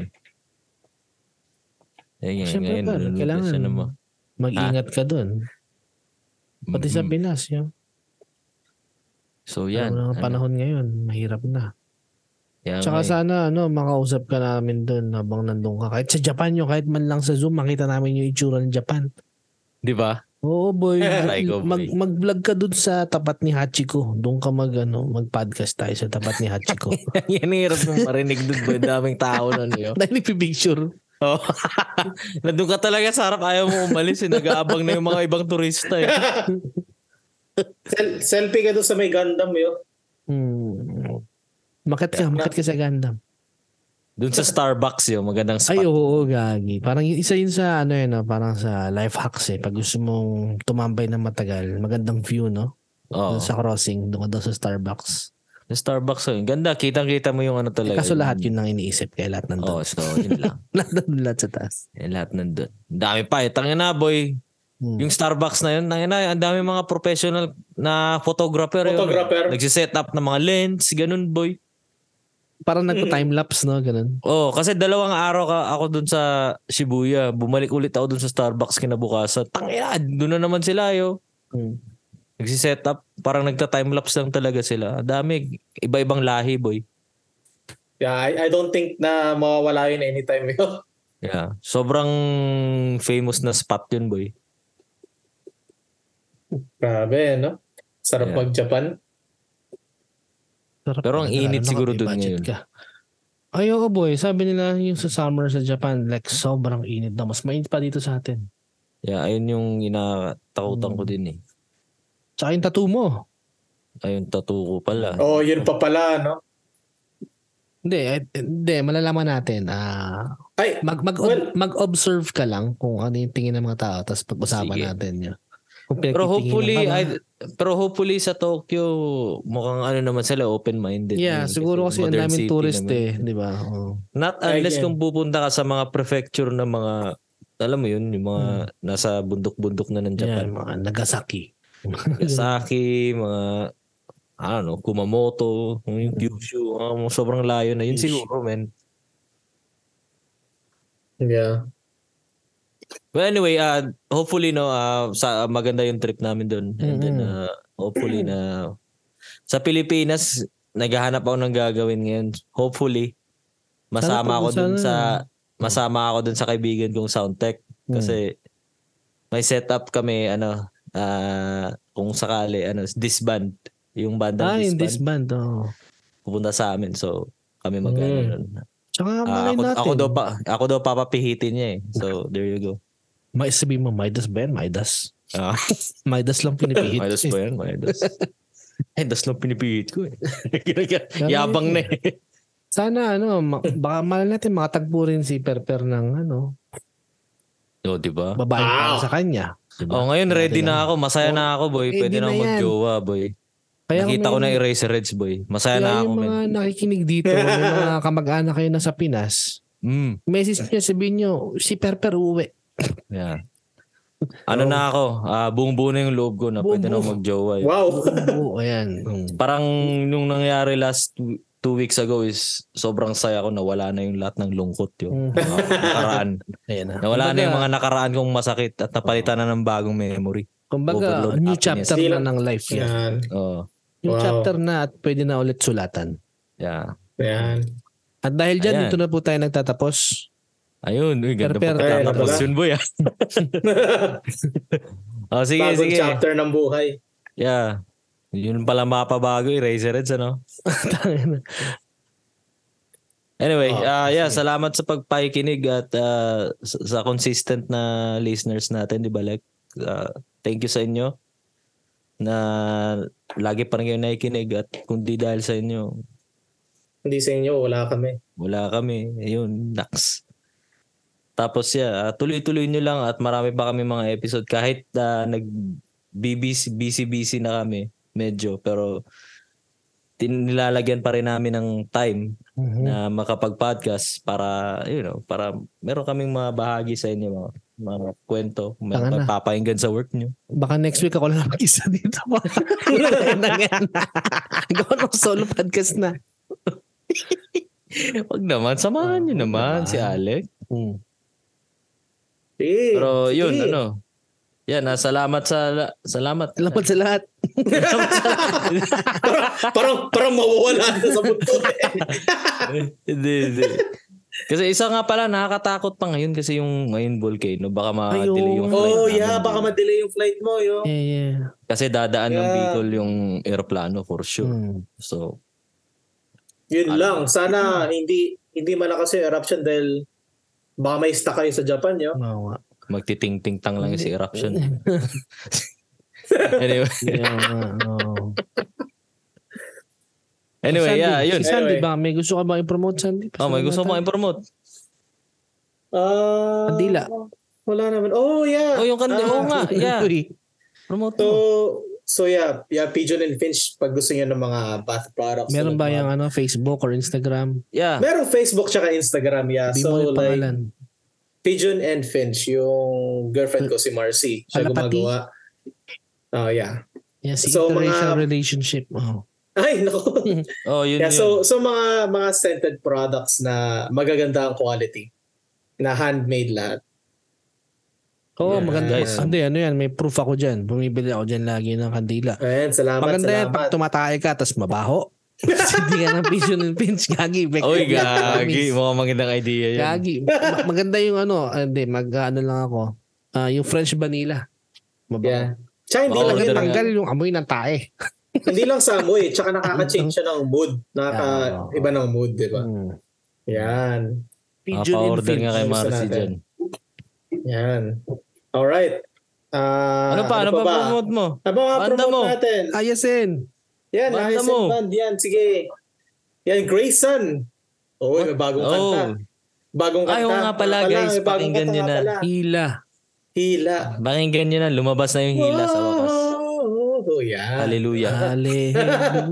Speaker 3: Ayun, ngayon,
Speaker 2: Siyempre
Speaker 3: ngayon,
Speaker 2: pa,
Speaker 3: nanonood na
Speaker 2: kailangan
Speaker 3: siya ng mga-
Speaker 2: mag-ingat ka dun. Pati sa
Speaker 3: Ah. Mm-mm.
Speaker 2: Pinas yun.
Speaker 3: Mm-hmm. So
Speaker 2: Yan.
Speaker 3: yan. ano.
Speaker 2: Ang panahon ngayon, mahirap na.
Speaker 3: Yan,
Speaker 2: Tsaka
Speaker 3: may-
Speaker 2: sana, ano, makausap ka namin doon habang nandun ka. Kahit sa Japan yun, kahit man lang sa Zoom, makita namin yung itsura ng Japan.
Speaker 3: Di ba?
Speaker 2: Oo, boy.
Speaker 3: Aray ko, oh, boy.
Speaker 2: mag, mag-vlog ka doon sa tapat ni Hachiko. Doon ka mag, ano, mag-podcast tayo sa tapat ni Hachiko.
Speaker 3: yan ang hirap mong marinig doon boy. Daming tao nun eh. yun.
Speaker 2: Dahil nagpipicture.
Speaker 3: Oh. Nandun ka talaga sa harap. Ayaw mo umalis. Eh. Nag-aabang na yung mga ibang turista. Eh.
Speaker 1: Sel- selfie ka doon sa may Gundam yo.
Speaker 2: Hmm. Makat ka, makat ka sa Gundam.
Speaker 3: Doon sa Starbucks yun. Magandang spot.
Speaker 2: Ay, oo, gagi. Parang yun- isa yun sa, ano yun, ah, parang sa life hacks eh. Pag gusto mong tumambay ng matagal, magandang view, no?
Speaker 3: Oo.
Speaker 2: Doon Sa crossing, doon ka daw sa Starbucks.
Speaker 3: Yung Starbucks yun. Ganda. Kitang-kita mo yung ano
Speaker 2: Eh,
Speaker 3: talaga.
Speaker 2: kaso lahat yun ang iniisip kaya lahat nandun.
Speaker 3: Oo. so yun lang.
Speaker 2: Lahat nandun, lahat sa taas.
Speaker 3: Yan, lahat nandun. Ang dami pa eh. Tangin na boy.
Speaker 2: Hmm.
Speaker 3: Yung Starbucks na yun. Tangin na. Ang dami mga professional na photographer. yun.
Speaker 1: Photographer.
Speaker 3: Nagsiset up ng mga lens. Ganun boy.
Speaker 2: Parang nagpa-timelapse, no? Ganun.
Speaker 3: Oh, kasi dalawang araw ka ako dun sa Shibuya. Bumalik ulit ako dun sa Starbucks kinabukasan. Tangina, dun na naman sila yo.
Speaker 2: Hmm.
Speaker 3: Nagsi-set up, parang nagta-timelapse lang talaga sila. Ang Dami, iba-ibang lahi, boy.
Speaker 1: Yeah, I, I don't think na mawawala yun anytime yo.
Speaker 3: Yeah. Sobrang famous na spot yun, boy.
Speaker 1: Grabe, no? Sarap
Speaker 3: Yeah.
Speaker 1: mag-Japan.
Speaker 2: Sarap
Speaker 3: Pero ang
Speaker 2: talaga,
Speaker 3: init
Speaker 2: lalo na
Speaker 3: siguro
Speaker 2: kapag
Speaker 3: dun
Speaker 2: may budget
Speaker 3: ngayon.
Speaker 2: Ka. Ay, oo, boy. Sabi nila yung sa summer sa Japan, like, sobrang init na. Mas mainit pa dito sa atin.
Speaker 3: Yeah, ayun yung inatakutan
Speaker 2: Hmm.
Speaker 3: ko din eh.
Speaker 2: Tsaka yung tattoo mo.
Speaker 3: Ayun, tattoo ko pala.
Speaker 1: Oh, yun pa pala, no?
Speaker 2: Hindi, eh, hindi malalaman natin. Ah,
Speaker 1: Ay,
Speaker 2: mag mag
Speaker 1: Well-
Speaker 2: mag-observe ka lang kung ano yung tingin ng mga tao tapos pag-usapan
Speaker 3: Sige.
Speaker 2: natin 'yun. Kung
Speaker 3: Pero
Speaker 2: pinagtitinginan
Speaker 3: hopefully,
Speaker 2: ka ba?
Speaker 3: I, pero hopefully sa Tokyo, mukhang ano naman sila, open-minded.
Speaker 2: yeah,
Speaker 3: Yun,
Speaker 2: siguro kasi ang
Speaker 3: modern
Speaker 2: daming
Speaker 3: city
Speaker 2: tourist
Speaker 3: naman.
Speaker 2: eh, 'di ba? Oo.
Speaker 3: Not
Speaker 1: Ay,
Speaker 3: unless
Speaker 1: yan.
Speaker 3: kung pupunta ka sa mga prefecture na mga alam mo yun, yung mga nasa bundok-bundok na ng
Speaker 2: Japan,
Speaker 3: Japan.
Speaker 2: mga Nagasaki.
Speaker 3: Nagasaki, mga I don't know, Kumamoto, yung Kyushu, mga mga sobrang layo na yun
Speaker 2: Kyushu.
Speaker 3: siguro, man.
Speaker 1: yeah.
Speaker 3: But anyway, uh, hopefully no, ah, sa ah, maganda yung trip namin doon. And then
Speaker 2: Mm-mm.
Speaker 3: ah, hopefully na sa Pilipinas naghahanap ako ng gagawin ngayon. Hopefully masama
Speaker 2: Sana
Speaker 3: ako
Speaker 2: pag-
Speaker 3: doon
Speaker 2: sana. Mm.
Speaker 3: sa masama ako doon sa kaibigan kong Soundtech kasi may setup kami ano ah, kung sakali ano disband
Speaker 2: Hmm.
Speaker 3: yung bandang
Speaker 2: ah, in this
Speaker 3: disband
Speaker 2: band. Oh.
Speaker 3: pupunta sa amin so kami mag
Speaker 1: Mm.
Speaker 3: ano nun.
Speaker 2: Tsaka
Speaker 3: Ah,
Speaker 2: malay
Speaker 3: ako,
Speaker 2: natin.
Speaker 3: ako daw pa ako daw papapihitin niya eh so there you go
Speaker 2: May sabi mo Midas ba yan? Midas.
Speaker 3: Ah.
Speaker 2: Midas lang pinipihit.
Speaker 3: Midas
Speaker 2: eh.
Speaker 3: pa yan, Midas. Midas lang pinipihit ko eh.
Speaker 2: Ganun
Speaker 3: Yabang
Speaker 2: yun
Speaker 3: na eh.
Speaker 2: Sana ano, ma- baka malay natin makatagpo rin si Perper ng ano,
Speaker 3: O, Oh, di ba?
Speaker 2: babae para
Speaker 1: Wow.
Speaker 2: sa kanya. Diba?
Speaker 3: Oh, ngayon ready
Speaker 2: Natin
Speaker 3: na ako. Masaya na ako, boy.
Speaker 2: Ready
Speaker 3: Pwede na
Speaker 2: na
Speaker 3: ako
Speaker 2: yan.
Speaker 3: mag-jowa, boy.
Speaker 2: Kaya kung
Speaker 3: Nakita ko
Speaker 2: may-
Speaker 3: na eraser reds, boy. Masaya na
Speaker 2: Kaya
Speaker 3: ako,
Speaker 2: yung
Speaker 3: man.
Speaker 2: mga nakikinig dito, yung mga kamag-anak kayo nasa Pinas,
Speaker 3: Mm.
Speaker 2: message niya, sabihin niyo, si Perper uwi.
Speaker 3: Yeah. Ano na ako? Ah, buong-buo na yung loob ko na pwede na
Speaker 2: Buong-buo.
Speaker 3: ako mag-jowa. eh.
Speaker 1: Wow.
Speaker 2: Oo, ayan. Mm.
Speaker 3: Parang nung nangyari last two, two weeks ago is sobrang saya ko na wala na yung lahat ng lungkot yun.
Speaker 2: Mm.
Speaker 3: Mga Nakaraan.
Speaker 2: Ayan na.
Speaker 3: Nawala na yung
Speaker 2: Kumbaga-
Speaker 3: mga nakaraan kong masakit at napalitan na ng bagong memory.
Speaker 2: Kumbaga,
Speaker 3: overload
Speaker 2: new
Speaker 3: happiness.
Speaker 2: chapter
Speaker 1: Hindi
Speaker 2: na
Speaker 1: lang-
Speaker 2: ng life niya.
Speaker 1: Yan.
Speaker 3: Oo.
Speaker 2: New
Speaker 1: Wow.
Speaker 2: chapter na at pwede na ulit sulatan.
Speaker 3: yeah.
Speaker 1: Yan.
Speaker 2: At dahil dyan,
Speaker 3: Ayan.
Speaker 2: dito na po tayo nagtatapos.
Speaker 3: Ayun, uy, ganda
Speaker 2: Pero-
Speaker 3: pa
Speaker 1: pero-
Speaker 3: tatapos
Speaker 1: Ayun,
Speaker 3: yun, boy. ah. oh, sige,
Speaker 1: Bagong
Speaker 3: sige.
Speaker 1: chapter ng buhay.
Speaker 3: Yeah. Yun pala mapabago, Eraserheads, ano? Anyway,
Speaker 1: Oh,
Speaker 3: ah, yeah, salamat sa pagpakikinig at ah, sa, sa consistent na listeners natin, di ba? Like, ah, thank you sa inyo na lagi pa rin kayo nakikinig at kung di dahil sa inyo,
Speaker 1: Hindi sa inyo, wala kami.
Speaker 3: Wala kami. Ayun, naks. Tapos yeah, ah, tuloy-tuloy nyo lang at marami pa kami mga episode kahit ah, nag BBC busy busy na kami medyo pero tin- nilalagyan pa rin namin ng time
Speaker 2: Mhm.
Speaker 3: na makapag-podcast para you know para meron kaming mga bahagi sa inyo mga, mga kwento may
Speaker 2: Tanga na.
Speaker 3: papakinggan sa work nyo
Speaker 2: Baka next week ako lang mag-isa dito. Ayan na nga. Gawin ng solo podcast na.
Speaker 3: Eh, wag naman samahan nyo naman
Speaker 2: naman.
Speaker 3: si Alec
Speaker 2: Mm.
Speaker 1: Sige.
Speaker 3: pero yun
Speaker 1: Eh, Sige.
Speaker 3: ano Yan, ah, salamat sa la- salamat.
Speaker 2: Salamat sa lahat.
Speaker 1: parang, parang mawawala na sa mundo.
Speaker 3: hindi, hindi. Eh, Kasi isa nga pala nakakatakot pa ngayon kasi yung ngayon volcano baka ma-delay
Speaker 2: Ayun.
Speaker 3: yung flight.
Speaker 1: oh,
Speaker 3: namin.
Speaker 1: yeah. Baka madelay yung flight mo, yo.
Speaker 2: Yeah, yeah.
Speaker 3: Kasi dadaan ng
Speaker 1: Yeah.
Speaker 3: Bicol yung aeroplano for sure.
Speaker 2: Hmm.
Speaker 3: So,
Speaker 1: Yun
Speaker 3: Alam.
Speaker 1: lang. Sana hindi hindi malakas yung eruption dahil baka may stuck kayo sa Japan, yo.
Speaker 2: Oo nga.
Speaker 3: magtiting-ting-tang lang yung si eruption. anyway,
Speaker 2: Yeah, nga, oo.
Speaker 3: anyway,
Speaker 2: Sandy,
Speaker 3: yeah, yun.
Speaker 2: Si
Speaker 1: Anyway.
Speaker 2: Sandy ba? May gusto ka ba i-promote, Sandy?
Speaker 3: Oh, may gusto mo i-promote.
Speaker 1: Ah,
Speaker 2: Kandila.
Speaker 1: Wala naman. Oh, yeah.
Speaker 3: Oh, yung kanda.
Speaker 1: Ah,
Speaker 3: Oo nga, yeah.
Speaker 2: Uy,
Speaker 3: Promote
Speaker 1: So,
Speaker 3: mo.
Speaker 1: so yeah, yeah, Pigeon and Finch, pag gusto nyo ng mga bath products.
Speaker 2: Meron ba
Speaker 1: yung
Speaker 2: yung ano, Facebook or Instagram?
Speaker 3: Yeah.
Speaker 1: Meron Facebook tsaka Instagram, yeah. Ah,
Speaker 2: Di
Speaker 1: so,
Speaker 2: mo yung
Speaker 1: like,
Speaker 2: pangalan.
Speaker 1: Pigeon and Finch, yung girlfriend ko si Marcy. Siya
Speaker 2: Alapati.
Speaker 1: gumagawa. Oh, yeah.
Speaker 2: Yes,
Speaker 1: So,
Speaker 2: interracial
Speaker 1: mga-
Speaker 2: relationship. Oh.
Speaker 1: Ay, naku.
Speaker 3: Oh, yun
Speaker 1: Yeah,
Speaker 3: yun.
Speaker 1: so so mga mga scented products na magaganda ang quality na handmade lahat.
Speaker 2: Oo,
Speaker 3: Yeah,
Speaker 2: maganda.
Speaker 3: guys.
Speaker 2: Hindi, ano yan, may proof ako dyan. Bumibili ako dyan lagi ng kandila.
Speaker 1: Ayan, salamat,
Speaker 2: maganda yan,
Speaker 1: salamat.
Speaker 2: pag tumatay ka, tapos mabaho. Hindi ka ng vision and pinch, gagi. effective
Speaker 3: Oy,
Speaker 2: yan,
Speaker 3: gagi.
Speaker 2: promise.
Speaker 3: Mukhang magandang idea yun.
Speaker 2: Gagi. Ma- maganda yung ano, ah, hindi, mag ano lang ako. Ah, yung French vanilla. Mabaho.
Speaker 1: Yeah. Tsaka hindi
Speaker 3: Oo,
Speaker 1: lang,
Speaker 2: Talagang
Speaker 3: talaga.
Speaker 2: tanggal yung amoy ng tae.
Speaker 1: hindi lang sa amoy, tsaka nakaka-change siya ng mood.
Speaker 3: Ah,
Speaker 1: Nakaka,
Speaker 2: Yeah.
Speaker 1: iba ng mood, di ba?
Speaker 2: Hmm.
Speaker 1: Yan.
Speaker 3: Mapa-order nga kay
Speaker 1: Gusto
Speaker 3: Marcy
Speaker 1: natin.
Speaker 3: dyan.
Speaker 1: Yan. Alright. Ah,
Speaker 3: Ano pa? Ano pa promote mo?
Speaker 1: Ano mga
Speaker 3: Banda
Speaker 1: promote
Speaker 3: mo.
Speaker 1: natin?
Speaker 2: Ah, Ayasin.
Speaker 1: Yan,
Speaker 3: Banda
Speaker 1: ayos
Speaker 3: mo.
Speaker 1: yung band. Yan, sige. Yan, Grayson. Oo, may bagong
Speaker 3: Oh.
Speaker 1: kanta. Bagong kanta. Ano
Speaker 3: Ay, oo nga pala, guys.
Speaker 1: may bagong
Speaker 3: Pakinggan
Speaker 1: kanta
Speaker 3: nyo
Speaker 1: nga
Speaker 3: na.
Speaker 1: pala.
Speaker 2: Hila.
Speaker 1: Hila.
Speaker 3: Pakinggan nyo na. Lumabas na yung hila sa wakas.
Speaker 1: Oh, yan.
Speaker 3: Hallelujah.
Speaker 2: Hallelujah.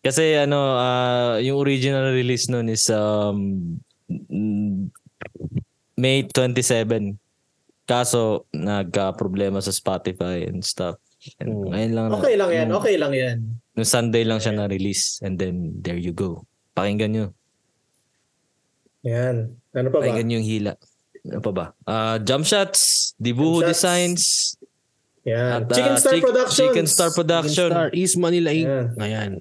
Speaker 3: Kasi ano, ah, yung original release nun is um, mm, May 27. Kaso, nagka-problema sa Spotify and stuff. And
Speaker 2: Hmm.
Speaker 3: Ngayon lang. na-
Speaker 1: Okay lang yan,
Speaker 3: nung-
Speaker 1: okay lang yan.
Speaker 3: Nung Sunday lang siya na-release. And then, there you go. Pakinggan nyo.
Speaker 1: Yan. Ano pa ba?
Speaker 3: Pakinggan nyo yung hila. Ano pa ba? Ah, jump shots, Dibuho
Speaker 1: Jump shots.
Speaker 3: Designs,
Speaker 1: Yan.
Speaker 3: at, ah,
Speaker 1: Chicken Star
Speaker 3: Chick-
Speaker 1: Productions.
Speaker 3: Chicken Star Production.
Speaker 2: Star East Manila Inc.
Speaker 1: Yan.
Speaker 2: Ngayon.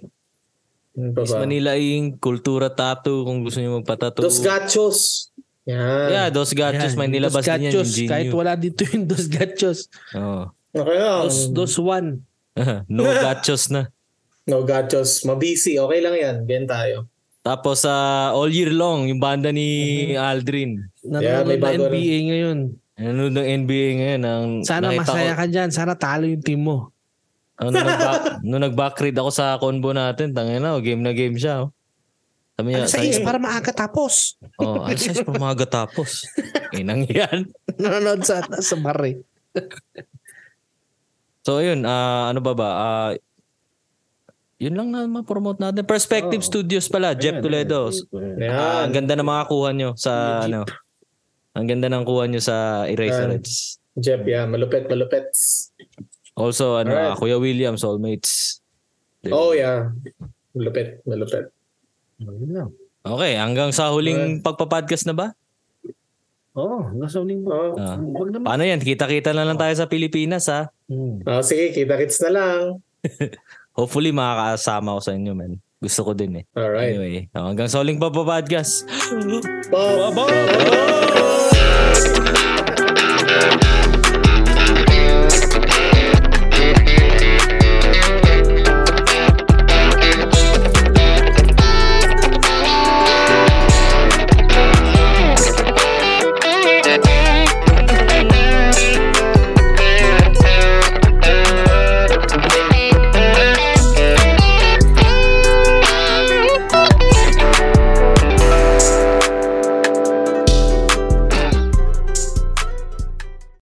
Speaker 1: Ano pa
Speaker 3: Is
Speaker 1: ba?
Speaker 3: Manila Ink, Kultura Tattoo kung gusto niyo magpatato.
Speaker 1: Dos Gachos. Yan.
Speaker 3: Yeah, Dos
Speaker 2: Ayan,
Speaker 3: Gachos. May
Speaker 2: Dos
Speaker 3: nilabas din yan.
Speaker 2: Gachos,
Speaker 3: yung Genu.
Speaker 2: Kahit wala dito yung Dos Gachos.
Speaker 3: Oo.
Speaker 1: Okay lang.
Speaker 2: Dos, dos One.
Speaker 3: no Gachos na.
Speaker 1: No Gachos. Mabisi. Okay lang yan. Ganyan tayo.
Speaker 3: Tapos sa All Year Long, yung banda ni
Speaker 2: Mm-hmm.
Speaker 3: Aldrin.
Speaker 1: Yeah,
Speaker 2: Nanonood
Speaker 1: may
Speaker 2: na
Speaker 1: bago
Speaker 2: NBA ngayon.
Speaker 3: Ano ng NBA ngayon? Ang
Speaker 2: Sana
Speaker 3: nakita
Speaker 2: masaya
Speaker 3: ko,
Speaker 2: ka dyan. Sana talo yung team mo.
Speaker 3: ano, nag-back, nung nag-backread ako sa convo natin, tangin na, oh, game na game siya. Oh. Sabi niya,
Speaker 2: Alas
Speaker 3: sabi-
Speaker 2: 6 para maaga tapos.
Speaker 3: Oh, alas 6 pa maaga tapos. Inang yan.
Speaker 2: Nanonood sa, sa bar eh.
Speaker 3: So yun, ah, ano ba ba? Ah, yun lang na ma-promote natin. Perspective
Speaker 2: Oo.
Speaker 3: Studios pala, Jeff Toledo. Ah, ang
Speaker 1: Yan.
Speaker 3: ganda ng mga kuha nyo sa ano. Ang ganda ng kuha nyo sa Eraserheads.
Speaker 1: Jeff, yeah. Malupet, malupet.
Speaker 3: Also, ano,
Speaker 1: Alright.
Speaker 3: ah, Kuya Williams, Soulmates.
Speaker 1: Oh, yeah. Malupet, malupet.
Speaker 3: Okay, hanggang sa huling pagpa-podcast na ba?
Speaker 2: Oo, nasa uling ba?
Speaker 1: Oh.
Speaker 3: Ah.
Speaker 2: Huwag naman.
Speaker 3: Paano yan? Kita-kita na lang tayo sa Pilipinas ha.
Speaker 2: Hmm.
Speaker 1: Oh, sige, kita-kits na lang.
Speaker 3: Hopefully makakasama ko sa inyo, man. Gusto ko din eh.
Speaker 1: Alright.
Speaker 3: Anyway, oh, hanggang sa huling pagpa-podcast.
Speaker 1: Bye.
Speaker 3: Bye-bye!